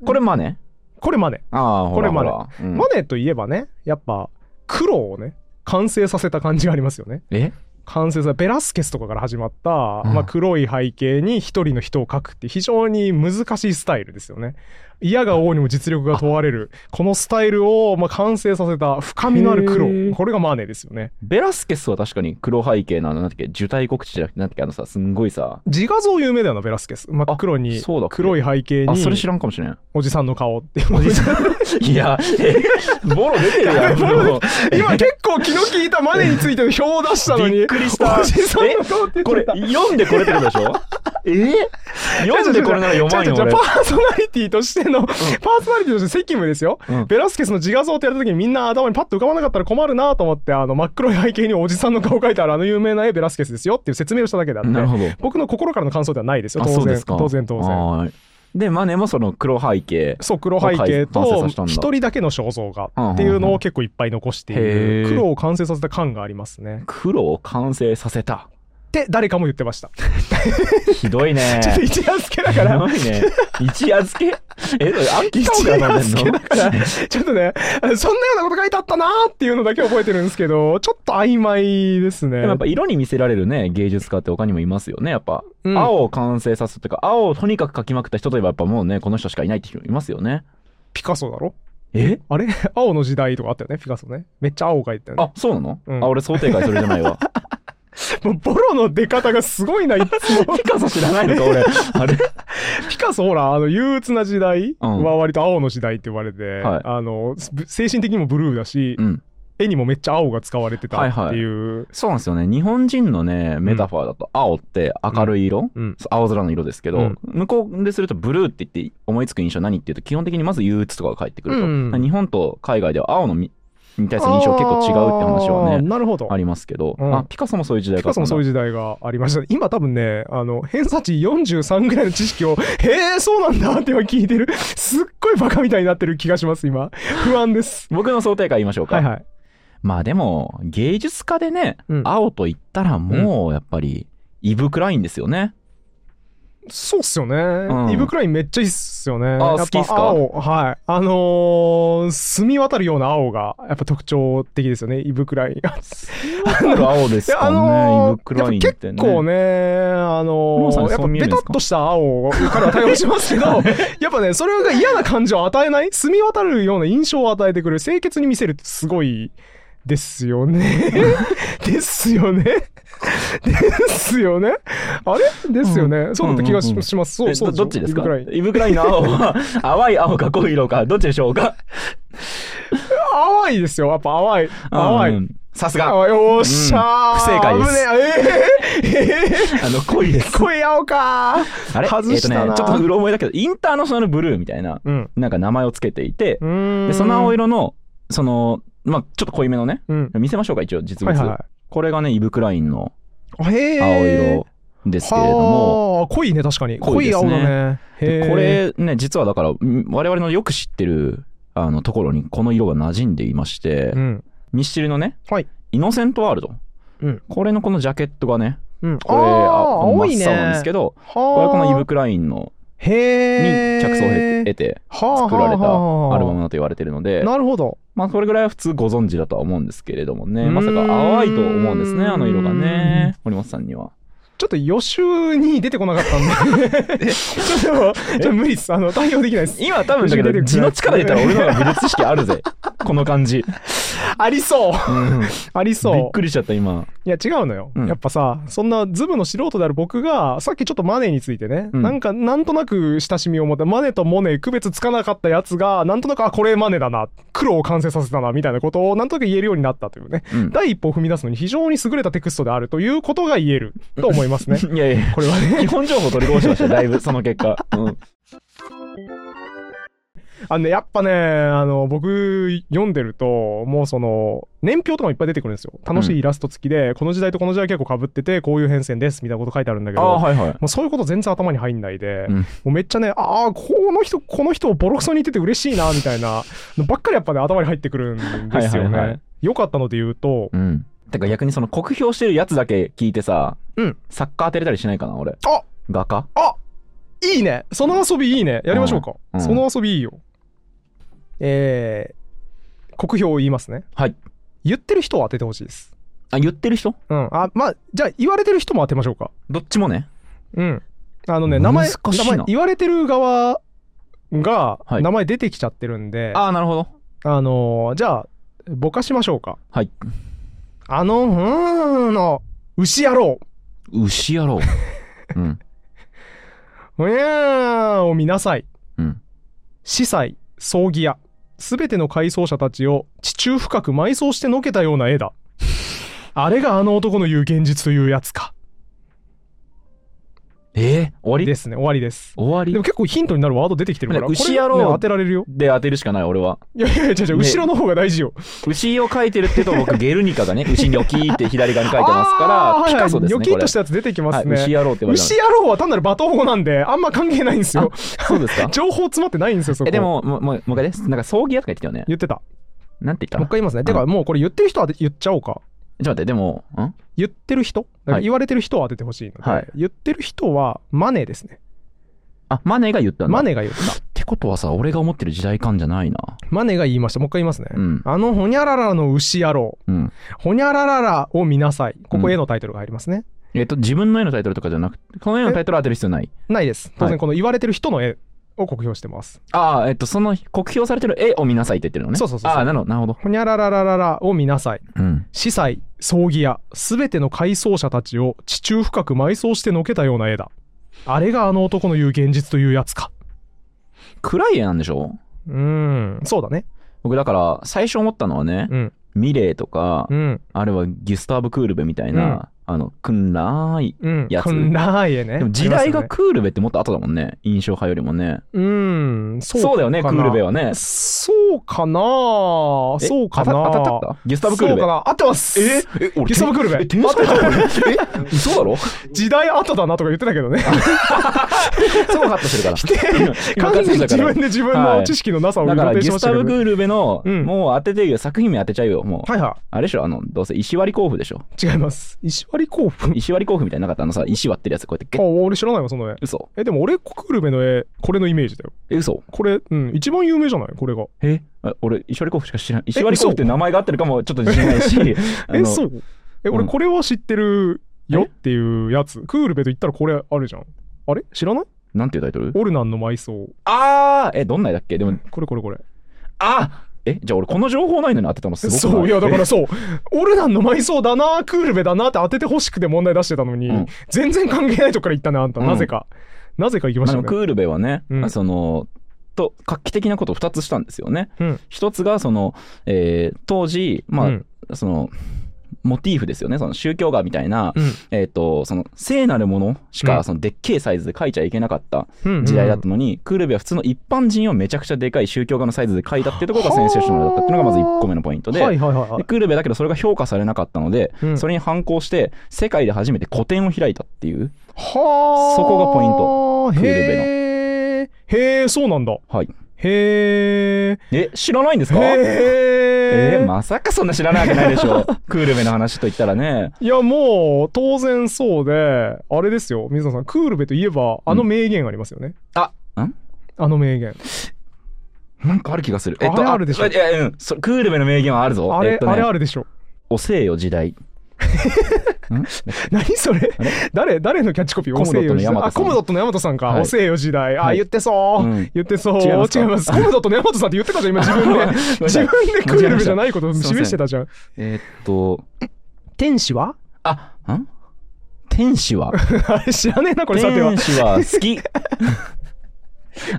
S1: これマネ
S2: これマネ
S1: ああ、
S2: これ
S1: ほら
S2: マ
S1: ほらうん
S2: マネといえばねやっぱ黒をね完成させた感じがありますよね
S1: え
S2: 完成さベラスケスとかから始まった、
S1: うん
S2: まあ、黒い背景に一人の人を描くって非常に難しいスタイルですよね。嫌が王にも実力が問われるこのスタイルをまあ完成させた深みのある
S1: へー
S2: 黒これがマーネですよね。
S1: ベラスケスは確かに黒背景のあの、なんだっけ、受胎告知じゃなくて、なんだっけ、あのさ、すんごいさ、
S2: 自画像有名だよなベラスケス真っ黒に
S1: そうだっけ
S2: 黒い背景
S1: あ、それ知
S2: に
S1: らんかもしれん。
S2: おじさんの顔っていう
S1: おじさんいや、え、 ボロ出てるやん、
S2: ボロ
S1: もう
S2: 今結構気の利いたマネについての表を出したのに
S1: びっくりした
S2: おじさんの顔って言っ
S1: こ
S2: ちゃっ
S1: れ、
S2: た
S1: 読んでこれってことでしょえ読んでこれなら読まんよ、
S2: じゃあ
S1: 俺
S2: パ。ーソナリティとしての、パーソナリティとして責務ですよ、
S1: うん
S2: ベラスケスの自画像ってやった時にみんな頭にパッと浮かばなかったら困るなと思ってあの真っ黒い背景におじさんの顔描いてあるあの有名な絵ベラスケスですよっていう説明をしただけであって
S1: なるほど。
S2: 僕の心からの感想ではないですよ
S1: あ、
S2: 当
S1: そうで
S2: 然
S1: すか。
S2: 当然当然
S1: はーい。で、マネもその黒背景。
S2: そう黒背景
S1: 完成
S2: と
S1: させたん
S2: 一
S1: だ
S2: 人だけの肖像画っていうのを結構いっぱい残してい
S1: へ
S2: る
S1: ー
S2: 黒を完成させた感がありますね
S1: 黒を完成させた。
S2: って誰かも言ってました
S1: ひどいね。
S2: ちょっと一夜漬けだ
S1: ひ
S2: か
S1: どい
S2: ら
S1: ね。一夜漬けえ、あんきちゃうが飲 んでんの
S2: 一夜漬けだから ちょっとね、そんなようなこと書いてあったなーっていうのだけ覚えてるんですけど、ちょっと曖昧ですね。
S1: でもやっぱ色に見せられるね芸術家って他にもいますよねやっぱ、
S2: うん
S1: 青を完成させるというか青をとにかく描きまくった人といえばやっぱもうねこの人しかいないって人いますよね
S2: ピカソだろ
S1: え
S2: あれ 青の時代とかあったよね、ピカソね。めっちゃ青書いてたよね。
S1: あそうなの、
S2: うん
S1: あ俺想定外それじゃ ないわ
S2: もうボロの出方がすごいな、いつも。
S1: ピカソ知らないのか 俺 あれ
S2: ピカソほら、あの、憂鬱な時代は
S1: うん
S2: 割と青の時代って言われて、
S1: はい
S2: あの、ぶ精神的にもブルーだし、
S1: うん
S2: 絵にもめっちゃ青が使われてたっていう。
S1: そうなんですよね日本人のねメタファーだと青って明るい色、
S2: うん。
S1: 青空の色ですけど、
S2: うん
S1: 向こうでするとブルーって言って思いつく印象何っていうと基本的にまず憂鬱とかが返ってくると、
S2: うん
S1: 日本と海外では青のみに対する印象結構違うって話は
S2: あー
S1: ね
S2: なるほど
S1: あ。りますけど、
S2: うん
S1: あピカソもそういう時代
S2: ピ
S1: か
S2: カソもそういう
S1: う
S2: 時代がありましたね今多分ねあの偏差値43ぐらいの知識を「へえそうなんだ」って今聞いてるすっごいバカみたいになってる気がします今不安です
S1: 僕の想定外言いましょうか、
S2: はいはい
S1: まあでも芸術家でね、
S2: うん
S1: 青と言ったらもうやっぱりイブ・クラインですよね、
S2: そうっすよね、
S1: ん
S2: イブ・クラインめっちゃいいっすよね
S1: あ
S2: や
S1: 好
S2: っ
S1: きっす
S2: ぱ
S1: か
S2: 青はいあのー、澄み渡るような青がやっぱ特徴的ですよねイブ・クライン
S1: 青です
S2: いや
S1: か
S2: あ
S1: ね、
S2: のー
S1: イブ・クラインって
S2: やっ
S1: ね
S2: ぱ結構ね、あ
S1: モー
S2: の
S1: さん
S2: ー、やっ
S1: そ
S2: ぱ
S1: う見える
S2: ベ
S1: ん
S2: タ
S1: ですか
S2: っとした青を彼は対応しますけど、やっぱね、それが嫌な感じを与えない、澄み渡るような印象を与えてくれる、清潔に見せるってすごいですよね。ですよね。ですよね。あれですよね。そうだった気がし,、
S1: うんうんうん
S2: します。そ
S1: え
S2: うそう
S1: どどっちですか
S2: イブクライン
S1: イブ・クラインの青は淡い青か濃い色かどっちでしょうか
S2: 淡いですよ。やっぱ淡い。淡い。
S1: うんさすが
S2: 淡いよっしゃー、
S1: うん不正解です
S2: 危ねえ。えー、えー
S1: あの濃いです
S2: 濃い青か ー。
S1: あれ
S2: 外したな
S1: えっとね、ちょっとうろ覚えだけど、インターナショナルブルーみたいな、
S2: うん。
S1: なんか名前をつけていて、
S2: で
S1: で、その青
S2: い、
S1: 色の、その、まあちょっと濃いめのね、
S2: うん、
S1: 見せましょうか、一応、実
S2: は
S1: 物。
S2: いは
S1: これがね、イブ・クラインの
S2: いはい。へ
S1: 青
S2: ー
S1: 色ですけれども、
S2: はー濃いね確かに濃
S1: 濃い
S2: い
S1: です
S2: 青
S1: ね
S2: だね。へ
S1: で
S2: ー
S1: これね、実はだから、ん我々のよく知ってる、あの、ところにこの色が馴染んでいまして
S2: う、ん
S1: ミスチルのね、
S2: はい
S1: イノセント・ワールド。
S2: うん
S1: これのこのジャケットがね、
S2: うん。
S1: これ、あこの真っ青なんですけ
S2: ど、
S1: ど、
S2: こ
S1: これはこのイブ・クラインの
S2: へ
S1: に
S2: ー
S1: 着想を得て
S2: 作
S1: 作られたアルバムだと言われてるので、
S2: なるほど。
S1: まあ、それぐらいは普通ご存知だとは思うんですけれども
S2: う
S1: ね、
S2: ーん
S1: まさか淡いと思うんですね、あの色がね、森本さんには。
S2: ちょっと予習に出てこなかったん でちょっとちょっと無理ですあの対応できないです
S1: 今多分だけど、
S2: 出てくる
S1: 字の力で言ったら俺の方が美術知識ある ぜ、この感じ。
S2: ありそう
S1: うん
S2: ありそう
S1: びっくりしちゃった、今。
S2: いや違うのよ、
S1: うん
S2: やっぱさそんなズブの素人である僕がさっきちょっとマネについてね、
S1: うん
S2: なんかなんとなく親しみを持ったマネとモネ区別つかなかったやつがなんとなくあこれマネだな黒を完成させたなみたいなことをなんとなく言えるようになったというね
S1: うん
S2: 第一歩を踏み出すのに非常に優れたテクストであるということが言えると思いま すね
S1: いやいや、
S2: これはね
S1: 基本情報取りこぼしてましたよ、だいぶ、その結果。うん
S2: あのねやっぱねあの僕読んでるともうその年表とかもいっぱい出てくるんですよ楽しいイラスト付きで、この時代とこの時代結構被っててこういう変遷ですみたいなこと書いてあるんだけ
S1: あ
S2: ど
S1: あ、はいはい。
S2: もうそういうこと全然頭に入んないで、
S1: うん
S2: もうめっちゃね、ああ、この人、この人をボロクソに言ってて嬉しいな、みたいなのばっかりやっぱね、頭に入ってくるんですよね。良
S1: はいはいはい
S2: かったので言うと、
S1: うん。てか逆にその酷評してるやつだけ聞いてさ、
S2: うん
S1: サッカー当てれたりしないかな、俺。
S2: あ
S1: 画家
S2: いいねその遊びいいねやりましょうか。
S1: うんうん
S2: その遊びいいよ。えー、国評を言いますね。
S1: はい。
S2: 言ってる人を当ててほしいです。
S1: あ、言ってる人
S2: うん。あ、まあ、じゃあ言われてる人も当てましょうか。
S1: どっちもね。
S2: うん。あのね、名前、
S1: 難しい
S2: 名
S1: な
S2: 前言われてる側が
S1: はい
S2: 名前出てきちゃってるんで、
S1: ああ、なるほど。
S2: あのーじゃあ、ぼかしましょうか。
S1: はい。
S2: あの、うーんの、牛野郎。
S1: 牛野 郎。うん。
S2: うーんを見なさい。
S1: うん。
S2: 司祭、葬儀屋。すべての回想者たちを地中深く埋葬してのけたような絵だ。あれがあの男の言う現実というやつか。
S1: えー、終わり
S2: ですね、終わりです。
S1: 終わ
S2: で
S1: り
S2: も結構ヒントになるワード出てきてるから、
S1: ね牛野郎
S2: これね当てられるよ。
S1: で当てるしかない、俺は。
S2: いやいやいや、違う違う
S1: ね
S2: 後ろの方が大事よ。
S1: 牛を描いてるって言うと、僕、ゲルニカ がね、牛にョキーって左側に描いてます
S2: あー
S1: か
S2: は
S1: ら、ピ
S2: いはい
S1: カソですね。
S2: ニョキッとし
S1: こ
S2: たやつ出てき
S1: れ
S2: ますね。
S1: はい、牛野郎って言われた
S2: 牛野郎は単なる罵倒語なんで、あんま関係ないんですよ。
S1: そう ですか
S2: 情報詰まってないんですよ、そこ。
S1: え、でも、もう、もうもう一回です。なんか、葬儀屋とか言ってたよね。
S2: 言ってた。
S1: なんて言
S2: もう
S1: っ
S2: 一
S1: たのちょっ
S2: 回言いますね。てか、もうこれ言ってる人は言っちゃおうか。
S1: と待って、でも、ん
S2: 言ってる人だから
S1: はい
S2: 言われてる人を当ててほしいので、
S1: はい
S2: 言ってる人はマネーですね。
S1: あ、マネが言ったんだ。
S2: マ
S1: っ
S2: ネーが言った。
S1: てことはさ、俺が思ってる時代感じゃないな。
S2: マネーが言いました。もう一回言いますね。
S1: うん。
S2: あのほにゃららの牛野郎、
S1: うん。
S2: ほにゃらららを見なさい。こ
S1: う
S2: こ
S1: ん
S2: 絵のタイトルが入りますね。
S1: えっと、自分の絵のタイトルとかじゃなくて、この絵のタイトル当てる必要ない。
S2: ないです。当然この言われてる人の絵を酷評してます。
S1: ああ、えっと、その、酷評されてる絵を見なさいって言ってるのね。
S2: そうそうそうそう
S1: ああ、なるほど、なるほど。
S2: ほにゃらららららを見なさい。
S1: うん。
S2: 司祭、葬儀屋、すべての回想者たちを地中深く埋葬してのけたような絵だ。あれがあの男の言う現実というやつか。
S1: 暗い絵なんでしょ
S2: うーん、そうだね。
S1: 僕、だから、最初思ったのはね、
S2: うん、
S1: ミレーとか、
S2: うん、
S1: あれはギュスターブ・クールベみたいな、あの、くんらーい。
S2: うん。
S1: やつ
S2: こんな絵ね。
S1: でも時代が
S2: ありま
S1: クールベってもっと後だもんね。印象派よりもね。
S2: すよねうん、
S1: そ
S2: そうう
S1: だよね、ク
S2: かな
S1: ールベはね。
S2: そうかな
S1: え
S2: そうかな
S1: 当た当たったったギュスタブ・クール
S2: そう
S1: ベ
S2: か。な合ってます
S1: え俺
S2: ギュスタブクールベ
S1: え天才だよ 俺え嘘だろ
S2: 時代後だなとか言ってたけどね。
S1: そこカットしてるから。 今
S2: 完全に
S1: カットしてる
S2: 自
S1: から
S2: 分で自分
S1: は
S2: の
S1: い
S2: 知識のなさを
S1: だ
S2: 露
S1: から
S2: 呈し
S1: ギュ
S2: ま
S1: ス
S2: した
S1: タ
S2: け
S1: ブ・
S2: ど
S1: ク
S2: ね。
S1: ールベの、
S2: うん
S1: もう当ててよ作品名当てちゃうよもう
S2: はいは
S1: あれでしょあのどうせ石割り甲府でしょ
S2: い。違います。石割甲府。
S1: 石割り甲府みたいななかったあのさ石割ってるやつこうやって
S2: あ、
S1: ゲッ
S2: 俺知らないわ、その絵。
S1: 嘘
S2: え、でも俺、クールベの絵、これのイメージだよ。
S1: え嘘
S2: これ、うん、一番有名じゃないこれが。
S1: えあ俺石割り甲府しか知らない石割り甲府って名前が合ってるかもちょっと自信ないしあ
S2: え、
S1: の
S2: そうえ、
S1: う
S2: 俺、
S1: ん
S2: これは知ってるよ
S1: え
S2: っていうやつ。クールベと言ったらこれあるじゃん。あれ知らない
S1: なんていうタイトル
S2: オルナンの埋葬。
S1: ああえどんな絵だっけでも
S2: これこれこれ。
S1: あえじゃあ俺この情報ないのに当てたのすごくない
S2: そういやだか
S1: え
S2: らそうオルナンの埋葬だなクールベだなって当ててほしくて問題出してたのに、
S1: うん
S2: 全然関係ないとこから言ったねあんた、
S1: うん
S2: なぜかなぜか行きま
S1: まあで
S2: した
S1: も
S2: ね
S1: クールベはね、
S2: うん
S1: そのと画期的なことを2つしたんですよね。
S2: うん
S1: 一つがその、えー当時、まあ
S2: うん
S1: そのモティーフですよねその宗教画みたいな、
S2: うん
S1: えー、とその聖なるものし
S2: うん
S1: かそのでっけえサイズで描いちゃいけなかった
S2: うん
S1: 時代だったのに、クールベは普通の一般人をめちゃくちゃでかい宗教画のサイズで描いたっていうところがセンセーショナルだったっていうのがまず1個目のポイントで,、
S2: はいはいはいは
S1: で
S2: い
S1: クールベだけどそれが評価されなかったので、
S2: うん
S1: それに反抗して世界で初めて個展を開いたっていう。
S2: はあ
S1: そこがポイントクールベの
S2: へえへえそうなんだ
S1: はい、
S2: へえ
S1: え知らないんです
S2: へ
S1: かえ
S2: え
S1: ー、まさかそんな知らないわけないでしょクールベの話と言ったらね
S2: いやもう当然そうであれですよ水野さんクールベといえばあの名言ありますよね、
S1: あん
S2: あの名言
S1: なんかある気がする
S2: あれあるでしょ
S1: いやうんそクールベの名言はあるぞ
S2: あれ、
S1: えっとね
S2: あれあるでしょ
S1: おせえよ時代ん
S2: 何それ
S1: あれ
S2: 誰誰のキャッチコピー
S1: コムドットの大和さん
S2: あコムドットのヤマトさんか、
S1: はい
S2: おせえよ時代あ、
S1: はい
S2: 言ってそう、
S1: うん
S2: 言ってそ
S1: 違
S2: う
S1: い
S2: 違いま
S1: ます
S2: す
S1: か
S2: コムドットのヤマトさんって言ってたじゃん今自分
S1: ごめん
S2: で
S1: な
S2: 自
S1: さい
S2: 分でクールじゃないことを示してたじゃん
S1: えーっと
S2: 天使は
S1: あん天使は
S2: あれ 知らねえなこれさては
S1: 天使は好 き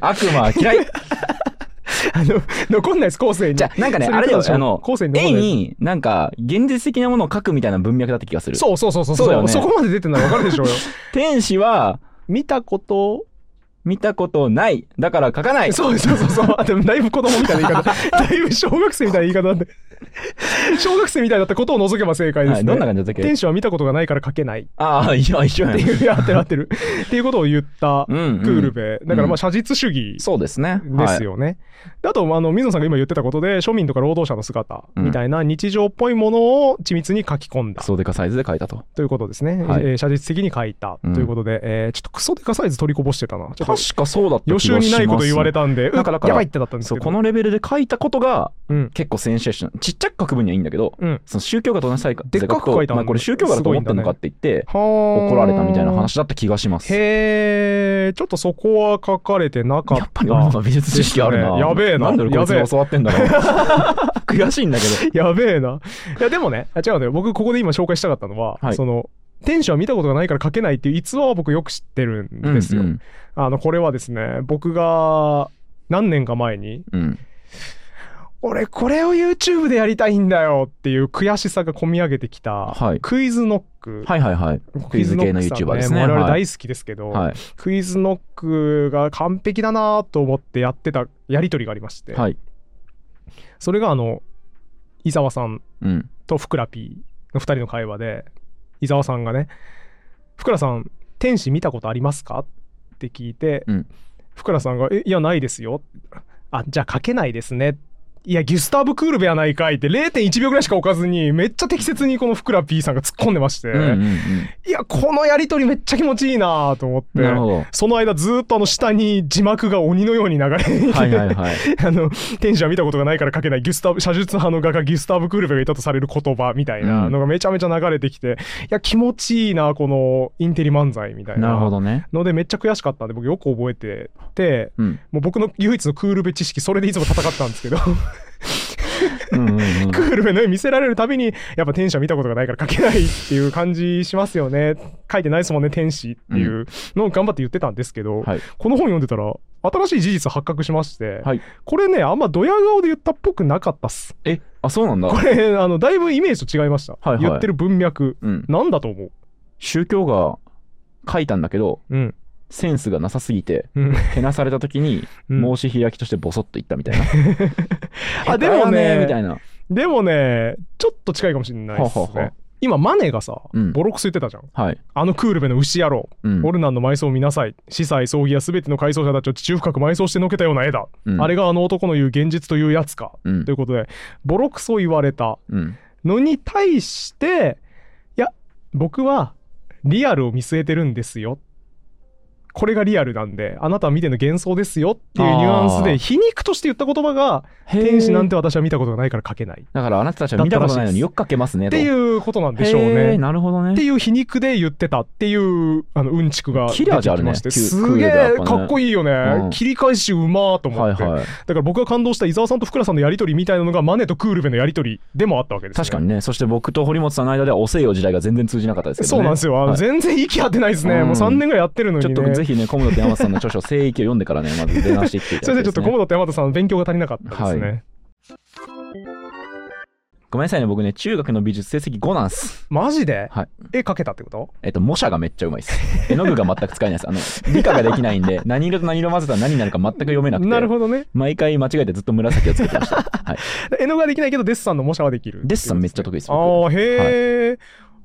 S1: 悪魔は嫌い
S2: あの残んないです後世に
S1: じゃあなんかね
S2: そ
S1: あれだよ
S2: 言ってたでしょ
S1: あの
S2: 後世に
S1: 絵
S2: 残んない
S1: になんか現実的なものを描くみたいな文脈だった気がする
S2: そうそうそうそう
S1: そうだよね
S2: そこまで出てないわかるでしょうよ
S1: 天使は
S2: 見たこと
S1: 見たことないだから描かない
S2: そうそうそうそうあでもだいぶ子供みたいな言 い方だいぶ小学生みたいな言い方なんで小学生みたいだったことを除けば正解ですね、
S1: はい、どんな感じだったっけ
S2: 天使は見たことがないから書けないっ
S1: ああ、いや、一緒や
S2: て
S1: ん。
S2: いう、合ってる合ってる。 っていうことを言った
S1: う、ん、うん
S2: クールベ。だから
S1: う
S2: まあ
S1: ん
S2: 写実主義
S1: そうですね。
S2: で
S1: は
S2: す
S1: い。
S2: よね。であと、あの、水野さんが今言ってたことで、庶民とか労働者の姿
S1: うん
S2: みたいな日常っぽいものを緻密に書き込んだ
S1: クソデカサイズで書いたと。
S2: ということですね。
S1: はい
S2: えー写実的に書いたということで、えーちょっとクソデカサイズ取りこぼしてたな。ちょっと
S1: 確かそうだった気
S2: 予
S1: がしま
S2: 習
S1: す
S2: にないこと言われ
S1: た。
S2: たんで、うっ
S1: だからだから
S2: やばいってだったんです
S1: そう、
S2: け
S1: こ
S2: ど。
S1: のレベルで書いたことが
S2: うん
S1: 結構センセーション、ちっちゃく書く分にはいいんだけど、
S2: うん
S1: その宗教画と同じサイズ
S2: でっかく書いた
S1: まあ、これ宗教画だと思ってんのかって言って、
S2: はー
S1: 怒られたみたいな話だった気がします。
S2: へえちょっとそこは書かれてなかっ
S1: や
S2: た
S1: っぱり俺の方が美術知識あるな。
S2: ですねやべえなん
S1: で俺こいつ
S2: やべ
S1: に
S2: え
S1: 教わってんだろう。悔しいんだけど。
S2: やべえな。いや、でもね、あ違うのよ。僕、ここで今紹介したかったのは、
S1: はい
S2: その、天使は見たことがないから書けないっていう逸話は僕よく知ってるんですよ。
S1: うん
S2: あの、これはですね、僕が何年か前に、
S1: うんうん
S2: 俺、これを YouTube でやりたいんだよっていう悔しさが込み上げてきた、
S1: はい
S2: クイズノック。
S1: はいはいはい。クイズ系の
S2: ノックさん
S1: YouTuber ですね
S2: 我々
S1: はい
S2: 大好きですけど、
S1: はい。
S2: クイズノックが完璧だなと思ってやってたやりとりがありまして、
S1: はい。
S2: それがあの、伊沢さん
S1: うん。
S2: とふくらぴーの2人の会話で伊沢さんがね「ふくらさん天使見たことありますか?」って聞いて、
S1: うん
S2: ふくらさんが「えいやないですよ」あじゃあ書けないですね」いやギュスターブ・クールベやないかいって0.1秒ぐらいしか置かずにめっちゃ適切にこのふくら P さんが突っ込んでまして、
S1: うんうん
S2: いやこのやり取りめっちゃ気持ちいいなと思っ
S1: うん。なるほ
S2: て
S1: ど。
S2: その間ずーっとあの下に字幕が鬼のように流れていて、
S1: はいはい はい。
S2: あの天使は見たことがないから書けないギュスタブ写実派の画家ギュスターブ・クールベがいたとされる言葉みたいなのがめちゃめちゃ流れてきて、いや気持ちいいなこのインテリ漫才みたいな
S1: なるほどね。
S2: のでめっちゃ悔しかったんで僕よく覚えてて
S1: うん。
S2: もう僕の唯一のクールベ知識それでいつも戦ったんですけど
S1: うん うんうん
S2: クールベの絵見せられるたびにやっぱ天使は見たことがないから書けないっていう感じしますよね書いてないですもんね天使っていうのを頑張って言ってたんですけど、
S1: はい。
S2: この本読んでたら新しい事実発覚しまして、
S1: はい
S2: これねあんまドヤ顔で言ったっぽくなかったっす
S1: え、あ、そうなんだ
S2: こ。れあのだいぶイメージと違いました、
S1: はいはい
S2: 言ってる文脈
S1: うん。
S2: なんだと思う
S1: 宗教が書いたんだけど、
S2: うん
S1: センスがなさすぎて、
S2: うん
S1: けなされた時に、
S2: うん
S1: 申し開きとしてボソッと言ったみ たいな。
S2: あでも
S1: 下手や
S2: ね
S1: みたいな。
S2: でもねちょっと近いかもしれないですね
S1: ははは
S2: 今マネがさ、
S1: うん
S2: ボロクソ言ってたじゃん
S1: はい。
S2: あのクールベの牛野郎、
S1: うん。
S2: オルナンの埋葬を見なさい司祭葬儀や全ての改葬者たちを地中深く埋葬してのけたような絵だ、
S1: うん
S2: あれがあの男の言う現実というやつか、
S1: うん
S2: ということでボロクソ言われた
S1: うん。
S2: のに対していや僕はリアルを見据えてるんですよこれがリアルなんであなたは見ての幻想ですよっていうニュアンス
S1: あ
S2: で
S1: ー
S2: 皮肉として言った言葉が
S1: へー
S2: 天使なんて私は見たことがないから書けないっ
S1: だからあなたたちは見たことないのによく書けますねと。
S2: ていうことなんでしょう
S1: へー
S2: ね。
S1: なるほど
S2: っ
S1: ね。
S2: ていう皮肉で言ってたっていうあのうんちくが出
S1: キ
S2: て
S1: ラーじゃあ
S2: き
S1: るね
S2: まして、
S1: キュ
S2: すげ
S1: クールだやっ
S2: え
S1: ぱね
S2: かっこいいよね、
S1: うん
S2: 切り返しうまーと思
S1: はい
S2: って、
S1: はい。
S2: だから僕が感動した伊沢さんと福良さんのやり取りみたいなのがマネとクールベのやり取りでもあったわけです、ね、
S1: 確かにね。そして僕と堀本さんの間ではお西洋時代が全然通じなかったですけどね。
S2: そうなんですよ。あの
S1: はい
S2: 全然息合ってないですね。
S1: うん
S2: もう3年ぐらいやってるのに、
S1: ちょ
S2: ね。
S1: っとぜひね、小室と山本さんの著書、聖域を読んでからね、まず出直していっていただき
S2: すいませ
S1: たい
S2: ん、ちょ
S1: で
S2: っ
S1: す
S2: と
S1: ね
S2: 小本と山田さん、勉強が足りなかったですね。
S1: はいごめんなさいね、僕ね、中学の美術成績5なんす。
S2: マジで、
S1: はい
S2: 絵描けたってこと
S1: えっと、模写がめっちゃうまいです。絵 の具が全く使えないです。あの、理科ができないん で、何色と何色混ぜたら何になるか全く読めなくて。
S2: なるほどね。
S1: 毎回間違えてずっと紫をつけてました。 はい。
S2: 絵の具はできないけど、デッサンの模写はできる。
S1: デッサンめっちゃ得意です。
S2: ああ
S1: 僕
S2: ー、へえ、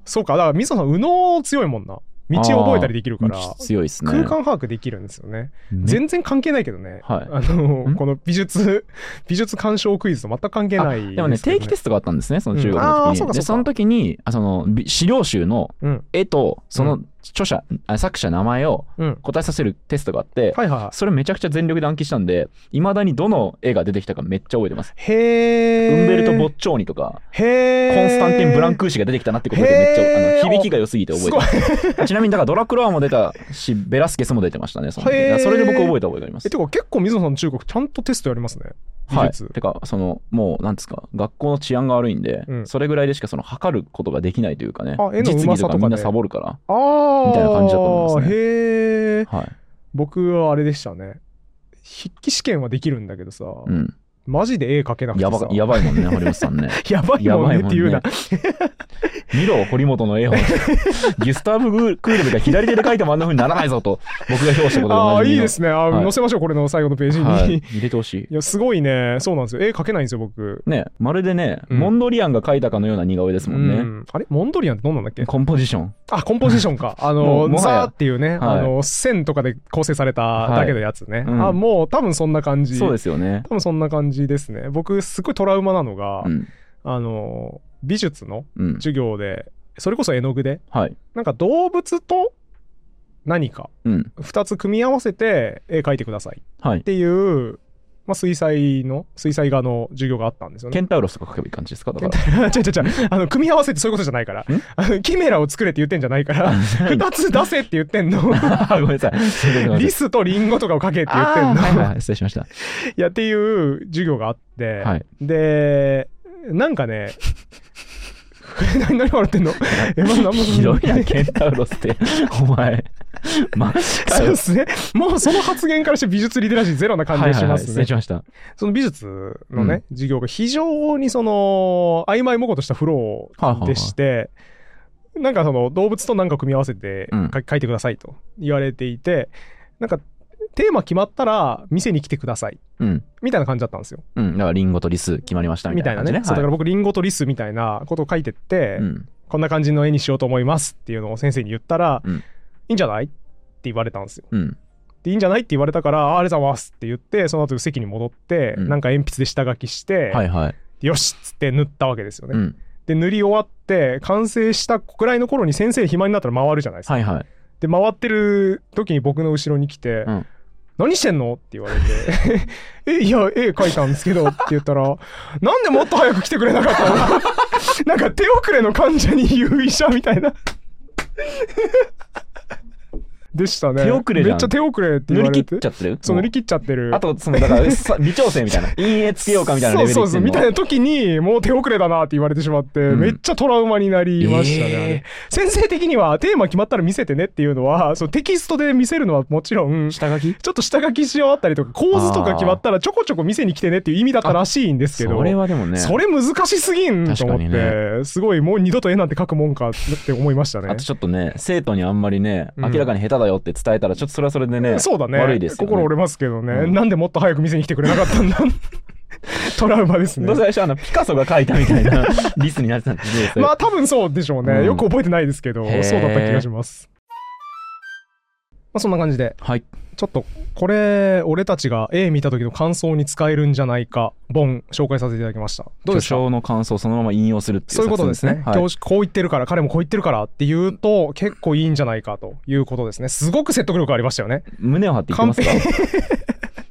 S2: そうか。だから、水野さん、右脳強いもんな。道を覚えたりできるから、
S1: 強いですね。
S2: 空間把握できるんですよね。
S1: め
S2: 全然関係ないけどね。
S1: はい
S2: あの
S1: ん
S2: この美術、 美術鑑賞クイズと全く関係ない
S1: あでもね、
S2: すけど
S1: 定期テストがあったんですね、その中学
S2: うんあ
S1: の
S2: ー
S1: 時
S2: そ
S1: に。
S2: うかそう
S1: で、
S2: か
S1: その時に、あその、び資料集の
S2: うん。
S1: 絵と、その著者、あ作者名前を
S2: うん。
S1: 答えさせるテストがあって、
S2: はいはいはい。
S1: それめちゃくちゃ全力で暗記したんで、いまだにどの絵が出てきたかめっちゃ覚えてます。
S2: へえ。
S1: ウンベルト・ボッチョーニとか、
S2: へー
S1: コンスタンティン・ブランクーシが出てきたなってことでめっち
S2: へー
S1: ゃあの響きが良すぎて覚えてます。ちなみに、だからドラクロワも出たし、ベラスケスも出てましたね、その時
S2: へー
S1: それで僕覚えた覚えがあります
S2: え、。てか結構水野さんの中国ちゃんとテストやりますね。技
S1: はい、
S2: 術。
S1: てかそのもうなんですか学校の治安が悪いんで、
S2: うん
S1: それぐらいでしかその測ることができないというかね
S2: あ絵のう
S1: 実
S2: ま
S1: 技と
S2: さとか
S1: か
S2: ね
S1: みんなサボるから、
S2: ああ。
S1: みたいな感じだと思いますね
S2: へえ。
S1: はい
S2: 僕はあれでしたね。筆記試験はできるんだけどさ、
S1: うん、
S2: マジで絵描けなくて
S1: や
S2: さ。
S1: ばやばいもんね堀本さ んね
S2: やばい
S1: や
S2: もん
S1: ば
S2: ね
S1: い
S2: っ
S1: もん
S2: ていう
S1: ね
S2: な。
S1: 見ろ堀本 の絵をギュスターブ・グークールブが左手で描いてもあんな風にならないぞと僕が表したことで
S2: あ
S1: おな
S2: あ
S1: じみ
S2: ー、いい
S1: の
S2: ですね。あー
S1: はい
S2: 載せましょう、これの最後のページに。
S1: はい
S2: い、
S1: 入れてほしい
S2: や、すごいね。そうなんですよ。絵描けないんですよ、僕。
S1: ねまるでね、
S2: うん
S1: モンドリアンが描いたかのような似顔絵ですもんね、
S2: うんあれモンドリアンってどんなんだっけ
S1: コンポジション
S2: あ、コンポジショ ンか。
S1: も
S2: あの
S1: う、もはや
S2: ザーっていうね、
S1: はい
S2: あの、線とかで構成されただけのやつね。
S1: いうん
S2: あ、もう多分そんな感じ。
S1: そうですよね
S2: 多分そんな感じですね。僕、すごいトラウマなのが、
S1: うん
S2: あの、美術の
S1: うん
S2: 授業で、それこそ絵の具で、
S1: はい
S2: なんか動物と何か、
S1: うん
S2: 2つ組み合わせて絵描いてくださいっ
S1: はい
S2: ていうまあ、水彩の、水彩画の授業があったんですよ
S1: ケ
S2: ね。
S1: ンタウロスとか書けばいい感じですかだか
S2: 違う違う違う、あの、組み合わせってそういうことじゃないから。あの、キメラを作れって言ってんじゃないから、二つ出せって言ってん の。
S1: ら。ごめんなさい。すいません
S2: リスとリンゴとかを書けって言ってん
S1: あー
S2: の。
S1: はいはい、失礼しました。
S2: いや、っていう授業があって、
S1: はい
S2: で、なんかね、 何、何笑ってんのえ、まあ、なんも
S1: ひどいな、 ケンタウロスって。お前。マジか
S2: そう
S1: よ
S2: で。すね。もうその発言からして美術リテラシーゼロな感じがしますね。
S1: 失礼しました。
S2: その美術のね、授業が非常にその、曖昧模倣としたフローでして、なんかその動物となんか組み合わせて
S1: うん
S2: か書いてくださいと言われていて、なんかテーマ決まったら店に来てください
S1: うん。
S2: みたいな感じだったんですよ。
S1: うん。だから、リンゴとリス決まりましたみ
S2: み
S1: たい
S2: たい
S1: な
S2: な
S1: 感じ
S2: ね。
S1: ね。
S2: そうだか
S1: はい
S2: ら僕リンゴとリスみたいなことを書いてって、
S1: うん。
S2: こんな感じの絵にしようと思いますっていうのを先生に言ったら、
S1: うん
S2: いいんじゃないって言われたんですよ。
S1: うん。
S2: でいいんじゃないって言われたから、ああありがとうございますって言って、その後席に戻って、
S1: うん
S2: なんか鉛筆で下書きして、
S1: はいはい。
S2: よしっつって塗ったわけですよね。
S1: うん。
S2: で塗り終わって完成したくらいの頃に先生暇になったら回るじゃないですか。
S1: はいはい。
S2: で回ってる時に僕の後ろに来て「
S1: うん
S2: 何してんの?」って言われて 「えいや絵描いたんですけど」って言ったら 「なんでもっと早く来てくれなかったの? 」 なんか手遅れの患者に優位者みたいな。 でしたね。
S1: 手遅れじゃん
S2: めっちゃ手遅れって
S1: 塗
S2: 言わ
S1: り
S2: れ
S1: 切ってち。ゃってる
S2: そう
S1: も
S2: 塗り切っちゃってる。
S1: あと、その、だ から、さ微調整みたいな。陰影つけようかみたいなレベルで
S2: そう
S1: 言っ
S2: そうそ
S1: て
S2: うん
S1: の
S2: みたいな時にもう手遅れだなって言われてしまって、
S1: ん
S2: めっちゃトラウマになりましたね、
S1: えー
S2: あれ先生的にはテーマ決まったら見せてねっていう のはそうテキストで見せるのはもちろんち
S1: 下書き
S2: ょっと下書きし終わったりとか構図とか決まったらちょこちょこ見せに来てねっていう意味だったらしいんですけど
S1: それはでもね。
S2: それ難しすぎんと思って、
S1: 確か
S2: すごいもう二度と絵なんて描くもんかって思いましたね
S1: あとちょっとね、生徒にあんまりね、
S2: うん
S1: 明らかに下手だよって伝えたら、ちょっとそれはそれでね、
S2: そうだね
S1: 悪いですよ、ね。
S2: 心折れますけどね、
S1: うん
S2: なんでもっと早く見せに来てくれなかったんだ トラウマですね
S1: どうせ最初、あの、ピカソが描いたみたい なリスになってたんですね。それ
S2: まあ多分そうでしょうね、
S1: うん
S2: よく覚えてないですけど
S1: へー
S2: そうだった気がしますまあそんな感じで
S1: はい。
S2: ちょっとこれ俺たちが A 見た時の感想に使えるんじゃないか本紹介させていただきました
S1: 巨
S2: どうですか
S1: 匠の感想をそのまま引用するっていう
S2: そういうことですね、
S1: 作戦
S2: 教
S1: はい
S2: 師こう言ってるから彼もこう言ってるからっていうと結構いいんじゃないかということですねすごく説得力ありましたよね
S1: 胸を張っていきますか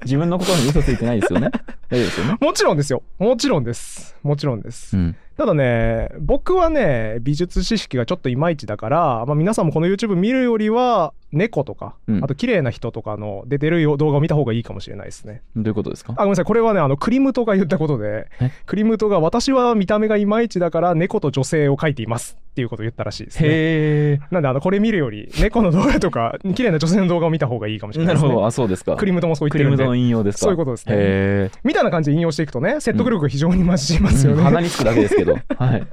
S1: 自分の心に嘘ついてないですよ ね。大丈夫ですよね。
S2: もちろんですよもちろんですもちろんです
S1: うん。
S2: ただね僕はね美術知識がちょっといまいちだから、まあ、皆さんもこの YouTube 見るよりは猫とか、
S1: うん
S2: あと綺麗な人とかの出てるよ動画を見た方がいいかもしれないですね
S1: どういうことですか
S2: あごめんなさいこれはねあのクリムトが言ったことで
S1: え
S2: クリムトが私は見た目がいまいちだから猫と女性を描いていますっていうことを言ったらしいですね
S1: へ
S2: なんであのこれ見るより猫の動画とか綺麗な女性の動画を見た方がいいかもし
S1: え。
S2: れな
S1: ないる
S2: です
S1: ほ
S2: ね
S1: ど。あ、そうですか。
S2: クリムトもそう言っ
S1: ク
S2: て
S1: リ
S2: る
S1: ム
S2: んで
S1: トの引用ですか。
S2: そういうことですね
S1: へ
S2: みたいな感じで引用していくとね説得力が非常に増します
S1: え。
S2: よね、
S1: 鼻につくだけですけど。はい。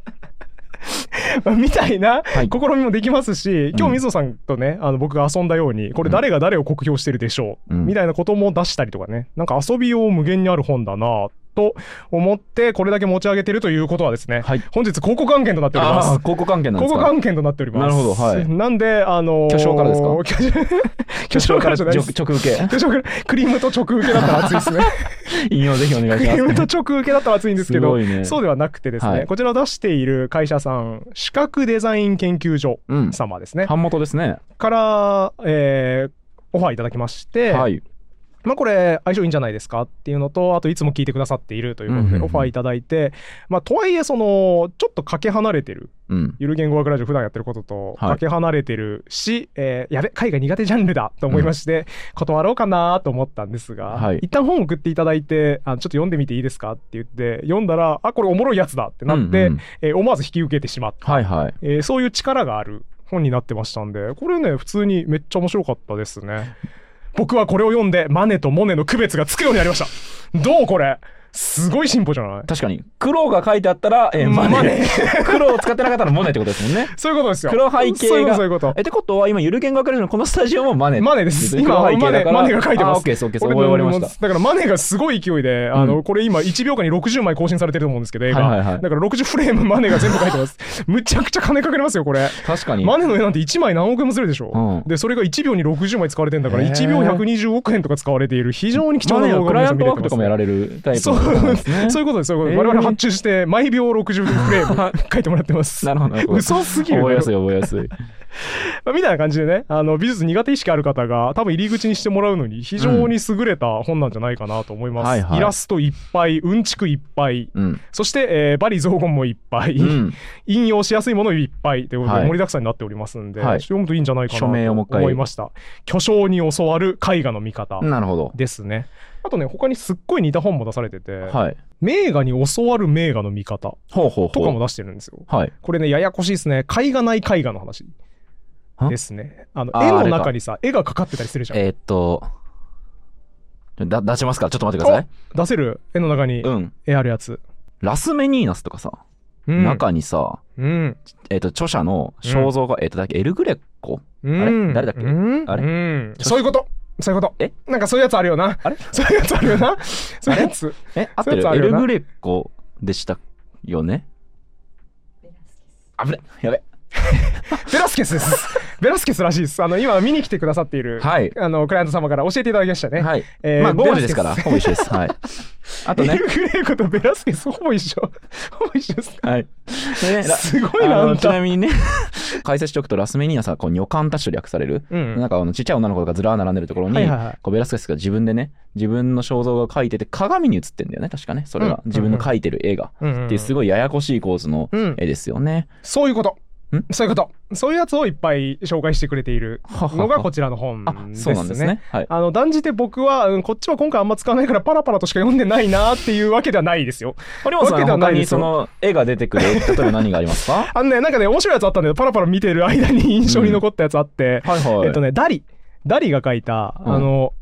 S2: みたいな
S1: はい
S2: 試みもできますし、今日水野さんとね、あの僕が遊んだように、これ誰が誰を酷評してるでしょう、
S1: うん
S2: みたいなことも出したりとかね、なんか遊び用無限にある本だなと思って、これだけ持ち上げてるということはですね、
S1: はい。
S2: 本日、広告案件となっておりま
S1: ああ
S2: す
S1: ー、。広告関係なんで
S2: 広
S1: す
S2: 告
S1: か
S2: 案件となっております。
S1: なるほどはい
S2: なんで、あのー
S1: 巨匠からですか
S2: 巨匠巨匠からじゃないです。
S1: 直直受け。
S2: 巨匠からクリームと直受け だった ら熱いですね。
S1: 引用ぜひお願い
S2: ク
S1: し
S2: リーム
S1: ま。
S2: と直受けだったら熱いん ですすけ
S1: す
S2: ど
S1: ご、いね。
S2: そうではなくてですね、
S1: はい
S2: こちらを出している会社さん、視覚デザイン研究所
S1: うん。
S2: 様ですね、
S1: 版元ですね。
S2: から、えーオファーいただきまして、
S1: はい。
S2: まあ、これ相性いいんじゃないですかっていうのとあといつも聞いてくださっているというこ
S1: うん
S2: と
S1: うんうん
S2: でオファーいただいて、まあ、とはいえそのちょっとかけ離れてる
S1: うん。
S2: ゆる言語学ラジオ普段やってることと
S1: はい
S2: かけ離れてるし、えーやべ絵画苦手ジャンルだと思いまして、断ろうかなと思ったんですが、
S1: はい
S2: 一旦本を送っていただいてあちょっと読んでみていいですかって言って読んだらあこれおもろいやつだってなって、
S1: うんうん
S2: えー思わず引き受けてしまった
S1: はいはい。
S2: えーそういう力がある本になってましたんでこれね普通にめっちゃ面白かったですね僕はこれを読んでマネとモネの区別がつくようになりましたどうこれすごい進歩じゃない
S1: 確かに黒が書いてあったら、えー、マネ
S2: マ ネ
S1: 黒を使ってなかったらモネってことですもんね
S2: そういうことですよ
S1: 黒背景が
S2: そういうことそういうこと
S1: えってことは今ゆる言学ラジオのこのスタジオもマネ
S2: マネです
S1: 黒
S2: 今
S1: 背景だから
S2: マネマネが書いてま
S1: あ
S2: す
S1: オッケーですオッケーです
S2: 俺
S1: 覚え
S2: の
S1: 終わりました
S2: だからマネがすごい勢いで、あ
S1: う
S2: のこれ今1秒間に60枚更新されてると思うんですけど映画、
S1: はいはいはい
S2: だから60フレームマネが全部書いてますむちゃくちゃ金かかりますよこれ
S1: 確かに
S2: マネの絵なんて1枚何億円もするでしょ、
S1: うん
S2: でそれが1秒に60枚使われてんだから
S1: へー
S2: 1秒120億円とか使われている非常に貴重
S1: マ
S2: な
S1: ネ
S2: 動
S1: は
S2: 画
S1: クライアントワークとか
S2: を皆さん見れてます
S1: もやられるタイプ
S2: そ
S1: の
S2: う
S1: 方なんですね
S2: そういうこと ですそういうことで
S1: へー
S2: す、我々発注して毎秒60フレーム 書いてもらってます
S1: なるほどなるほど
S2: 嘘すぎる
S1: 覚えやすい覚えやすい
S2: まあみたいな感じでね、あの美術苦手意識ある方が多分入り口にしてもらうのに非常に優れた本なんじゃないかなと思います。
S1: うんはいはい
S2: イラストいっぱい、うんちくいっぱい、
S1: うん。
S2: そして、えーバリ雑言もいっぱい、
S1: うん。
S2: 引用しやすいものいっぱいということ
S1: は
S2: で
S1: い
S2: 盛りだくさんになっておりますんで、
S1: はい
S2: ちょっと読むといいんじゃないか
S1: 署名をもう
S2: な
S1: 一
S2: と
S1: 回
S2: 思いました。巨匠に教わる絵画の見方
S1: なるほど。
S2: ですね。あとね、他にすっごい似た本も出されてて、
S1: はい。
S2: 名画に教わる名画の見方
S1: ほうほうほう。
S2: とかも出してるんですよ。
S1: はい。
S2: これね、ややこしいですね。絵画ない絵画の話
S1: ん
S2: ですね。あの
S1: あー
S2: 絵
S1: あ
S2: の
S1: れか
S2: 中にさ、絵がかかってたりするじゃん。
S1: えーっと、だ出しますかちょっと待ってください。
S2: 出せる絵の中に
S1: うん。
S2: 絵あるやつ。
S1: ラスメニーナスとかさ、
S2: うん、
S1: 中にさ、
S2: うん。
S1: えーっと、著者の肖像画、えーっと、だっけ、エルグレコ
S2: うん
S1: あれ誰だっけ
S2: うん
S1: あれ
S2: うんそういうことそういうこと
S1: え
S2: なんかそういうやつあるよな。
S1: あれ
S2: そういうやつあるよな。そういうやつ。
S1: え、合って
S2: そういうや
S1: る
S2: つあ
S1: エ
S2: るよ
S1: ル
S2: な
S1: グレコでしたよね危ねやべ。
S2: ベラスケスです。 ベラスケスらしいです。あの、今見に来てくださっている、
S1: はい。
S2: あの、クライアント様から教えていただきましたね。
S1: はい。
S2: えー
S1: まあ、ゴール
S2: ベ
S1: で
S2: ラ
S1: す
S2: スケス
S1: から、ほぼ一緒です。はい。あと
S2: エ
S1: ね、
S2: ルグレーコとベラスケスほぼ一緒。 ほぼ一緒です。
S1: はい。でね、ラ
S2: すごいな、
S1: あ
S2: あ
S1: の
S2: ん
S1: ち
S2: た。
S1: なみにね、 解説しておくと、ラスメニーナさん、こう、女官たちと略される、
S2: うん
S1: なんか、あの、ちっちゃい女の子がずらー並んでるところに、
S2: はいはいはい
S1: こうベラスケスが自分でね、自分の肖像画を描いてて、鏡に映ってんだよね、確かね、それが。
S2: うん
S1: 自分の描いてる絵が。
S2: うん
S1: っていう、すごいややこしい構図の
S2: うん
S1: 絵ですよね。
S2: そういうこと
S1: ん。
S2: そういうこと。そういうやつをいっぱい紹介してくれている
S1: はは
S2: のが
S1: は
S2: こちらの本
S1: あ、
S2: です
S1: そうなんです
S2: ね。
S1: ね。はい。
S2: あの断じて僕は、うん、こっちは今回あんま使わないからパラパラとしか読んでないなっていうわけではないですよ。
S1: 堀本さ
S2: わ
S1: ん、
S2: けではな
S1: 他
S2: い
S1: に
S2: です
S1: そ
S2: よ
S1: の絵が出てくる、例えば何があります か
S2: あのね、なんかね、面白いやつあったんだけど、パラパラ見てる間に印象に残ったやつあって、
S1: はいはい。
S2: えっとね、ダリ。ダリが描いた、
S1: うん
S2: あの、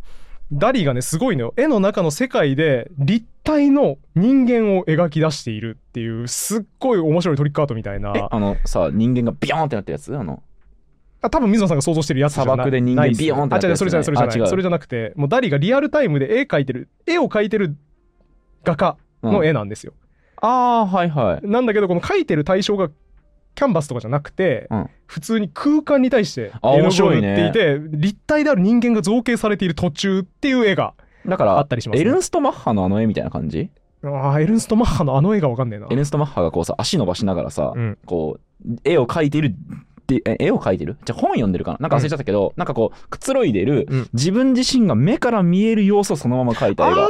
S2: ダリがね、すごいのよ。絵の中の世界で立体の人間を描き出しているっていう、すっごい面白いトリックアートみたいな
S1: え、。あのさ、人間がビヨーンってなったやつあの、
S2: あ多分水野さんが想像してるやつじゃない
S1: 砂漠で人間
S2: ないっすね
S1: ビヨーンってなって
S2: あ、
S1: るや
S2: 違う、
S1: つね
S2: それじゃない、それじゃ
S1: あ違う
S2: ない。それじゃなくて、もうダリがリアルタイムで絵描いてる、絵を描いてる画家
S1: うん
S2: の絵なんですよ。
S1: ああー、はいはい。
S2: なんだけど、この描いてる対象がキャンバスとかじゃなくて、
S1: うん
S2: 普通に空間に対して
S1: あ面
S2: 絵の具を
S1: 白い
S2: 塗っ
S1: ね
S2: ていて立体である人間が造形されている途中っていう絵が
S1: だか
S2: あ
S1: ら
S2: っ、たりします、
S1: エ
S2: ね。
S1: ルンスト・マッハのあの絵みたいな感じ
S2: あーエルンスト・マッハのあの絵がわかんねえな
S1: エ。ルンスト・マッハがこうさ、足伸ばしながらさ、
S2: うん
S1: こう、絵を描いている、でえ絵を描いてるじゃあ本読んでるかななんか忘れちゃったけど、なんかこう、くつろいでる、
S2: うん
S1: 自分自身が目から見える様子をそのまま描い
S2: あ
S1: た
S2: ー
S1: 絵
S2: は
S1: が。
S2: あは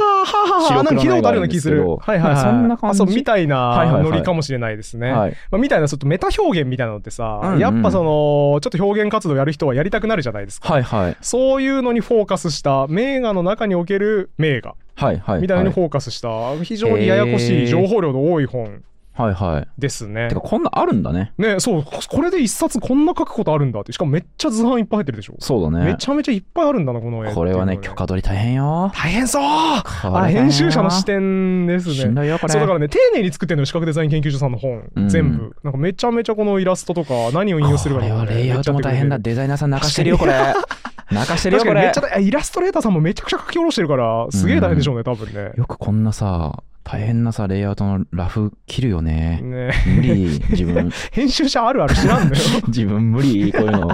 S2: あはあ、なんか聞いたことあるような気する。
S1: 白
S2: は
S1: 黒
S2: い
S1: の絵
S2: はい
S1: があるんですけど
S2: はい。
S1: そんな感じ
S2: あそうみた
S1: は
S2: い
S1: いはいは
S2: ないノリかもしれないですね。
S1: はい。
S2: まあ、みたいなちょっとメタ表現みたいなのってさ、
S1: うんうん
S2: やっぱそのちょっと表現活動やる人はやりたくなるじゃないですか。
S1: はいはい。
S2: そういうのにフォーカスした名画の中における名画
S1: はいはい。
S2: みたいなのに
S1: はい
S2: フォーカスした、非常にややこし
S1: へー
S2: い情報量の多い本
S1: はいはい。
S2: ですね
S1: てか、。こんなあるんだね。
S2: ねそうここれで一冊こんな書くことあるんだってしかもめっちゃ図版いっぱい入ってるでしょ。
S1: そうだね。
S2: めちゃめちゃいっぱいあるんだなこの絵っていうの。
S1: これはね、許可取り大変よ。
S2: 大変そうあ
S1: これ大変よ
S2: 編集者の視点です
S1: しん
S2: ね。
S1: どいよ、これ。
S2: そうだからね丁寧に作ってるのよ視覚デザイン研究所さんの本、
S1: うん
S2: 全部なんかめちゃめちゃこのイラストとか何を引用するか
S1: ことれ
S2: か
S1: は
S2: ね
S1: レイアウトも大変だ。
S2: め
S1: デ
S2: っちゃやってくれてる
S1: ザイナーさん泣かしてるよ、これ。 泣かしてるよ、こ
S2: 確かにめ
S1: れ
S2: っち。ゃ大イラストレーターさんもめちゃくちゃ書き下ろしてるからすげえ大変でしょうね、多分ね。
S1: よくこんなさ、大変なさ、レイアウトのラフ切るよね。
S2: ね
S1: 無理、自分。
S2: 編集者あるある知らんのよ。
S1: 自分無理、こういうの。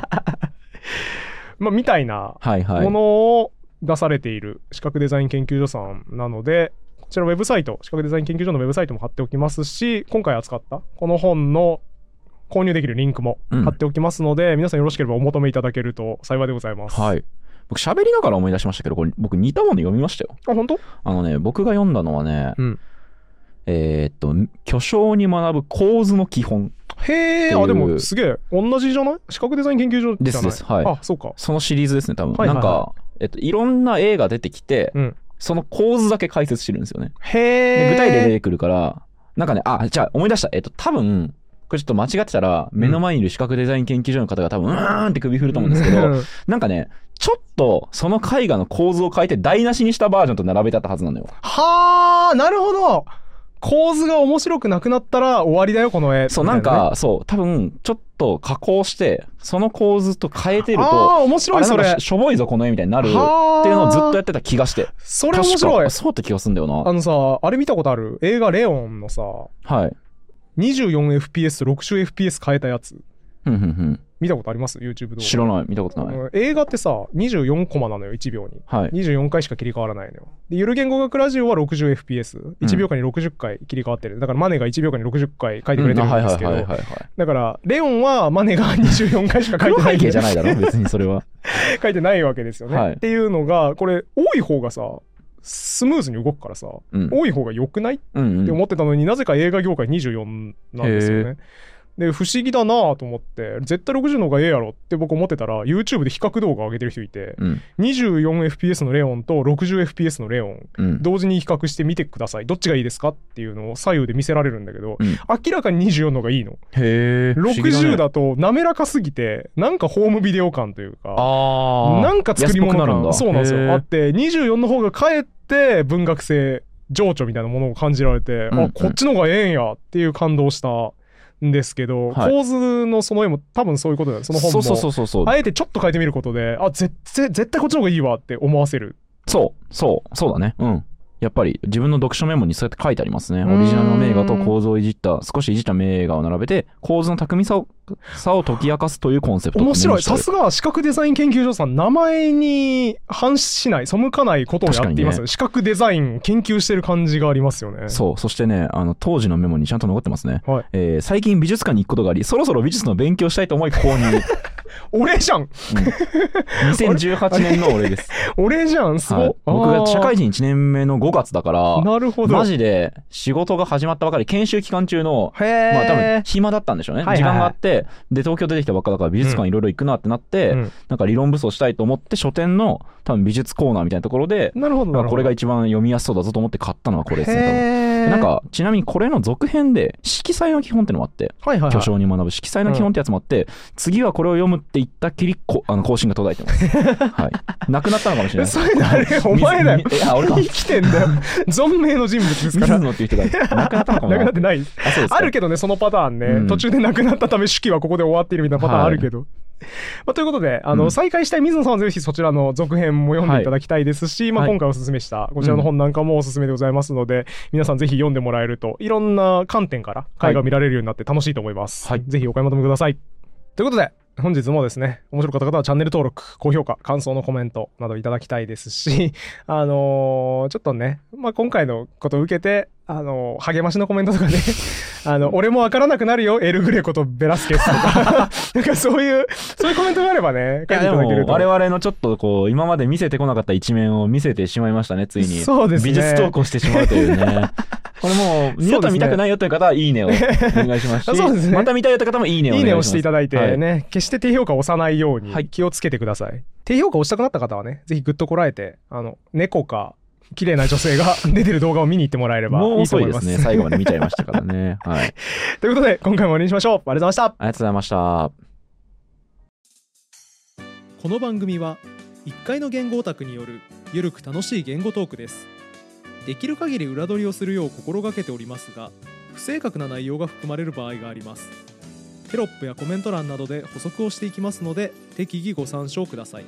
S2: まあみたいな
S1: はいは
S2: も
S1: い。
S2: のを出されている視覚デザイン研究所さんなのでこちらウェブサイト視覚デザイン研究所のウェブサイトも貼っておきますし今回扱ったこの本の購入できるリンクも
S1: うん
S2: 貼っておきますので、皆さんよろしければお求めいただけると幸いでございます。
S1: はい。僕、喋りながら思い出しましたけど、これ、僕、似たもの読みましたよ。
S2: あ本当
S1: あのね、僕が読んだのはね、
S2: うん
S1: えーっと、巨匠に学ぶ構図の基本。
S2: へ
S1: ってい
S2: え、
S1: う
S2: あ、でもすげえ、同じじゃない視覚デザイン研究所じゃない
S1: ですですはい
S2: あ、そうか。
S1: そのシリーズですね、多分。
S2: はいはい
S1: なん
S2: はい
S1: か、えっと、いろんな映画出てきて、
S2: うん
S1: その構図だけ解説してるんですよね。
S2: へ
S1: で
S2: え。
S1: 具体例出てくるから、なんかね、あ、じゃあ思い出した。えっと、多分、これちょっと間違ってたら、目の前にいる視覚デザイン研究所の方が多分、うーんって首振ると思うんですけど、
S2: うん
S1: なんかね、ちょっとその絵画の構図を変えて台無しにしたバージョンと並べてあったはずなのよ。
S2: はあ、なるほど。構図が面白くなくなったら終わりだよ、この絵。
S1: そう、なん
S2: みたいね、
S1: か、そう、多分、ちょっと加工して、その構図と変えてる
S2: あ
S1: と、
S2: あ、面
S1: あ
S2: 白
S1: れ
S2: い、
S1: な
S2: そ
S1: ん
S2: れ。
S1: かしょぼいぞ、この絵みたいになる。っ
S2: はあ。
S1: ていうのをずっとやってた気がして。
S2: それ面白
S1: 確
S2: い
S1: か。そうって気がするんだよ
S2: あ
S1: な。
S2: のさ、あれ見たことある映画レオンのさ、
S1: はい。
S2: 24fps と 60fps 変えたやつ。
S1: ふんふんふん。
S2: 見たことあります ?YouTube 動画。
S1: 知らない、見たことない。
S2: うん映画ってさ、24コマなのよ、1秒に。
S1: はい。
S2: 24回しか切り替わらないのよ。で、ゆる言語学ラジオは 60fps。1秒間に60回切り替わってる。だからマネが1秒間に60回書いてくれてるんですけ
S1: うんあはいはいはいは
S2: ど。
S1: いはい。
S2: だから、レオンはマネが24回しか書い
S1: 黒
S2: てない
S1: 背景じゃないだろ、別にそれは。
S2: 書いてないわけですよね。
S1: はい
S2: っていうのが、これ、多い方がさ、スムーズに動くからさ、
S1: うん。
S2: 多い方が良くない
S1: うん
S2: っ
S1: う
S2: て
S1: ん、
S2: 思ってたのになぜか映画業界24なんですよね。で不思議だなぁと思って絶対60の方がええやろって僕思ってたら YouTube で比較動画上げてる人いて
S1: うん。
S2: 24fps のレオンと 60fps のレオン
S1: うん。
S2: 同時に比較してみてくださいどっちがいいですかっていうのを左右で見せられるんだけど、
S1: うん
S2: 明らかに24の方がいいの
S1: へえ。不思議ね
S2: 60。だと滑らかすぎてなんかホームビデオ感というか
S1: ああ。
S2: なんか作り物
S1: 安っぽくなるん
S2: 感
S1: だ
S2: そうなんです
S1: へ
S2: よ
S1: ー
S2: あって24の方がかえって文学性情緒みたいなものを感じられて、
S1: うんう
S2: あ
S1: ん
S2: こっちの方がええんやっていう感動したんですけど、
S1: はい
S2: 構図のその絵も多分そういうことだよその本
S1: そ
S2: も
S1: うそうそうそうそう。
S2: あえてちょっと変えてみることであ絶対絶対こっちの方がいいわって思わせる
S1: そう、そう、そうだね。うん。やっぱり自分の読書メモにそうやって書いてありますね。オリジナルの名画と構造をいじった、少しいじった名画を並べて、構図の巧みさをさを解き明かすというコンセプトを
S2: 面白
S1: メモ
S2: い
S1: してあ
S2: さ
S1: る
S2: すが視覚デザイン研究所さん名前に反しない背かないことをやっていま
S1: 確
S2: す、
S1: かに
S2: ね、視覚デザインを研究してる感じがありますよね
S1: そう、そしてね、あの当時のメモにちゃんと残ってますね、
S2: はい
S1: えー最近美術館に行くことがあり、そろそろ美術の勉強したいと思い 購入。
S2: 俺じゃん
S1: 2018年の俺です。
S2: 俺じゃ んすご、
S1: はい、僕
S2: あ
S1: が
S2: ー
S1: 社会人1年目の5月だから、
S2: なるほど
S1: マジで仕事が始まったばかり、研修期間中の
S2: へえ、
S1: まあ多分暇だったんでしょうね、
S2: はいはいはい
S1: 時間があってで東京出てきたばっかだから美術館いろいろ行くなってなって、
S2: うん
S1: なんか理論武装したいと思って書店の多分美術コーナーみたいなところで
S2: なるほどな
S1: なんか
S2: るほ
S1: こ
S2: ど
S1: れが一番読みやすそうだぞと思って買ったのはこれですね多
S2: へ
S1: 分
S2: ー
S1: なんかちなみにこれの続編で色彩の基本ってのもあって
S2: はいはいはい
S1: 巨匠に学ぶ色彩の基本ってやつもあって、次はこれを読むって言ったきりこあの更新が途絶えて ます、はい、なくなったのかもしれない
S2: それ誰お前だよ
S1: 水いや俺か
S2: 生きてんだよ存命の人物です
S1: 水
S2: から
S1: 野っていう人がなくなったのかも
S2: なくなってない
S1: あそうですか
S2: あるけどねそのパターンね、
S1: うん
S2: 途中でなくなったため手記はここで終わっているみたいなパターンあるけど、まあ、ということであの、
S1: うん
S2: 再開したい水野さんはぜひそちらの続編も読んでいただきたいですし、まあ、
S1: はい
S2: 今回おすすめしたこちらの本なんかもおすすめでございますので、皆さんぜひ読んでもらえるといろんな観点から絵画を見られるようになって楽しいと思います、
S1: はい
S2: ぜひお買い求めくださいということで本日もですね面白かった方はチャンネル登録高評価感想のコメントなどいただきたいですしあのーちょっとね、まあ、今回のことを受けて、あのー励ましのコメントとかね、 あの、俺もわからなくなるよ、エルグレコとベラスケスとか、 なんかそういう、そういうコメントがあればね、
S1: い
S2: 書い
S1: や
S2: て
S1: で
S2: いただける
S1: も
S2: と。
S1: 我々のちょっとこう今まで見せてこなかった一面を見せてしまいましたねついに
S2: そうですね
S1: 美術投稿してしまうという ねこれもう二度と見たくないよという方は「いいね」をお願い しますし
S2: そうですね
S1: また見たいよという方も「いいね」をお
S2: いい
S1: 願い
S2: ね
S1: し
S2: を
S1: ま
S2: し
S1: す
S2: ていただいてね、決して低評価を押さないよう
S1: は
S2: に
S1: い
S2: 気をつけてください。低評価を押したくなった方はね、ぜひグッとこらえて、あの、猫か、綺麗な女性が 出てる動画を見に行ってもらえれば
S1: もう
S2: いいと
S1: 遅い
S2: 思い
S1: で
S2: ます。
S1: すね最後まで見ちゃいましたからねはいあり
S2: ということで、今回も終わりにしましょう。ありがとうございました。
S1: がとうございました
S2: この番組は1階の言語オタクによるゆるく楽しい言語トークですできる限り裏取りをするよう心がけておりますが不正確な内容が含まれる場合がありますテロップやコメント欄などで補足をしていきますので適宜ご参照ください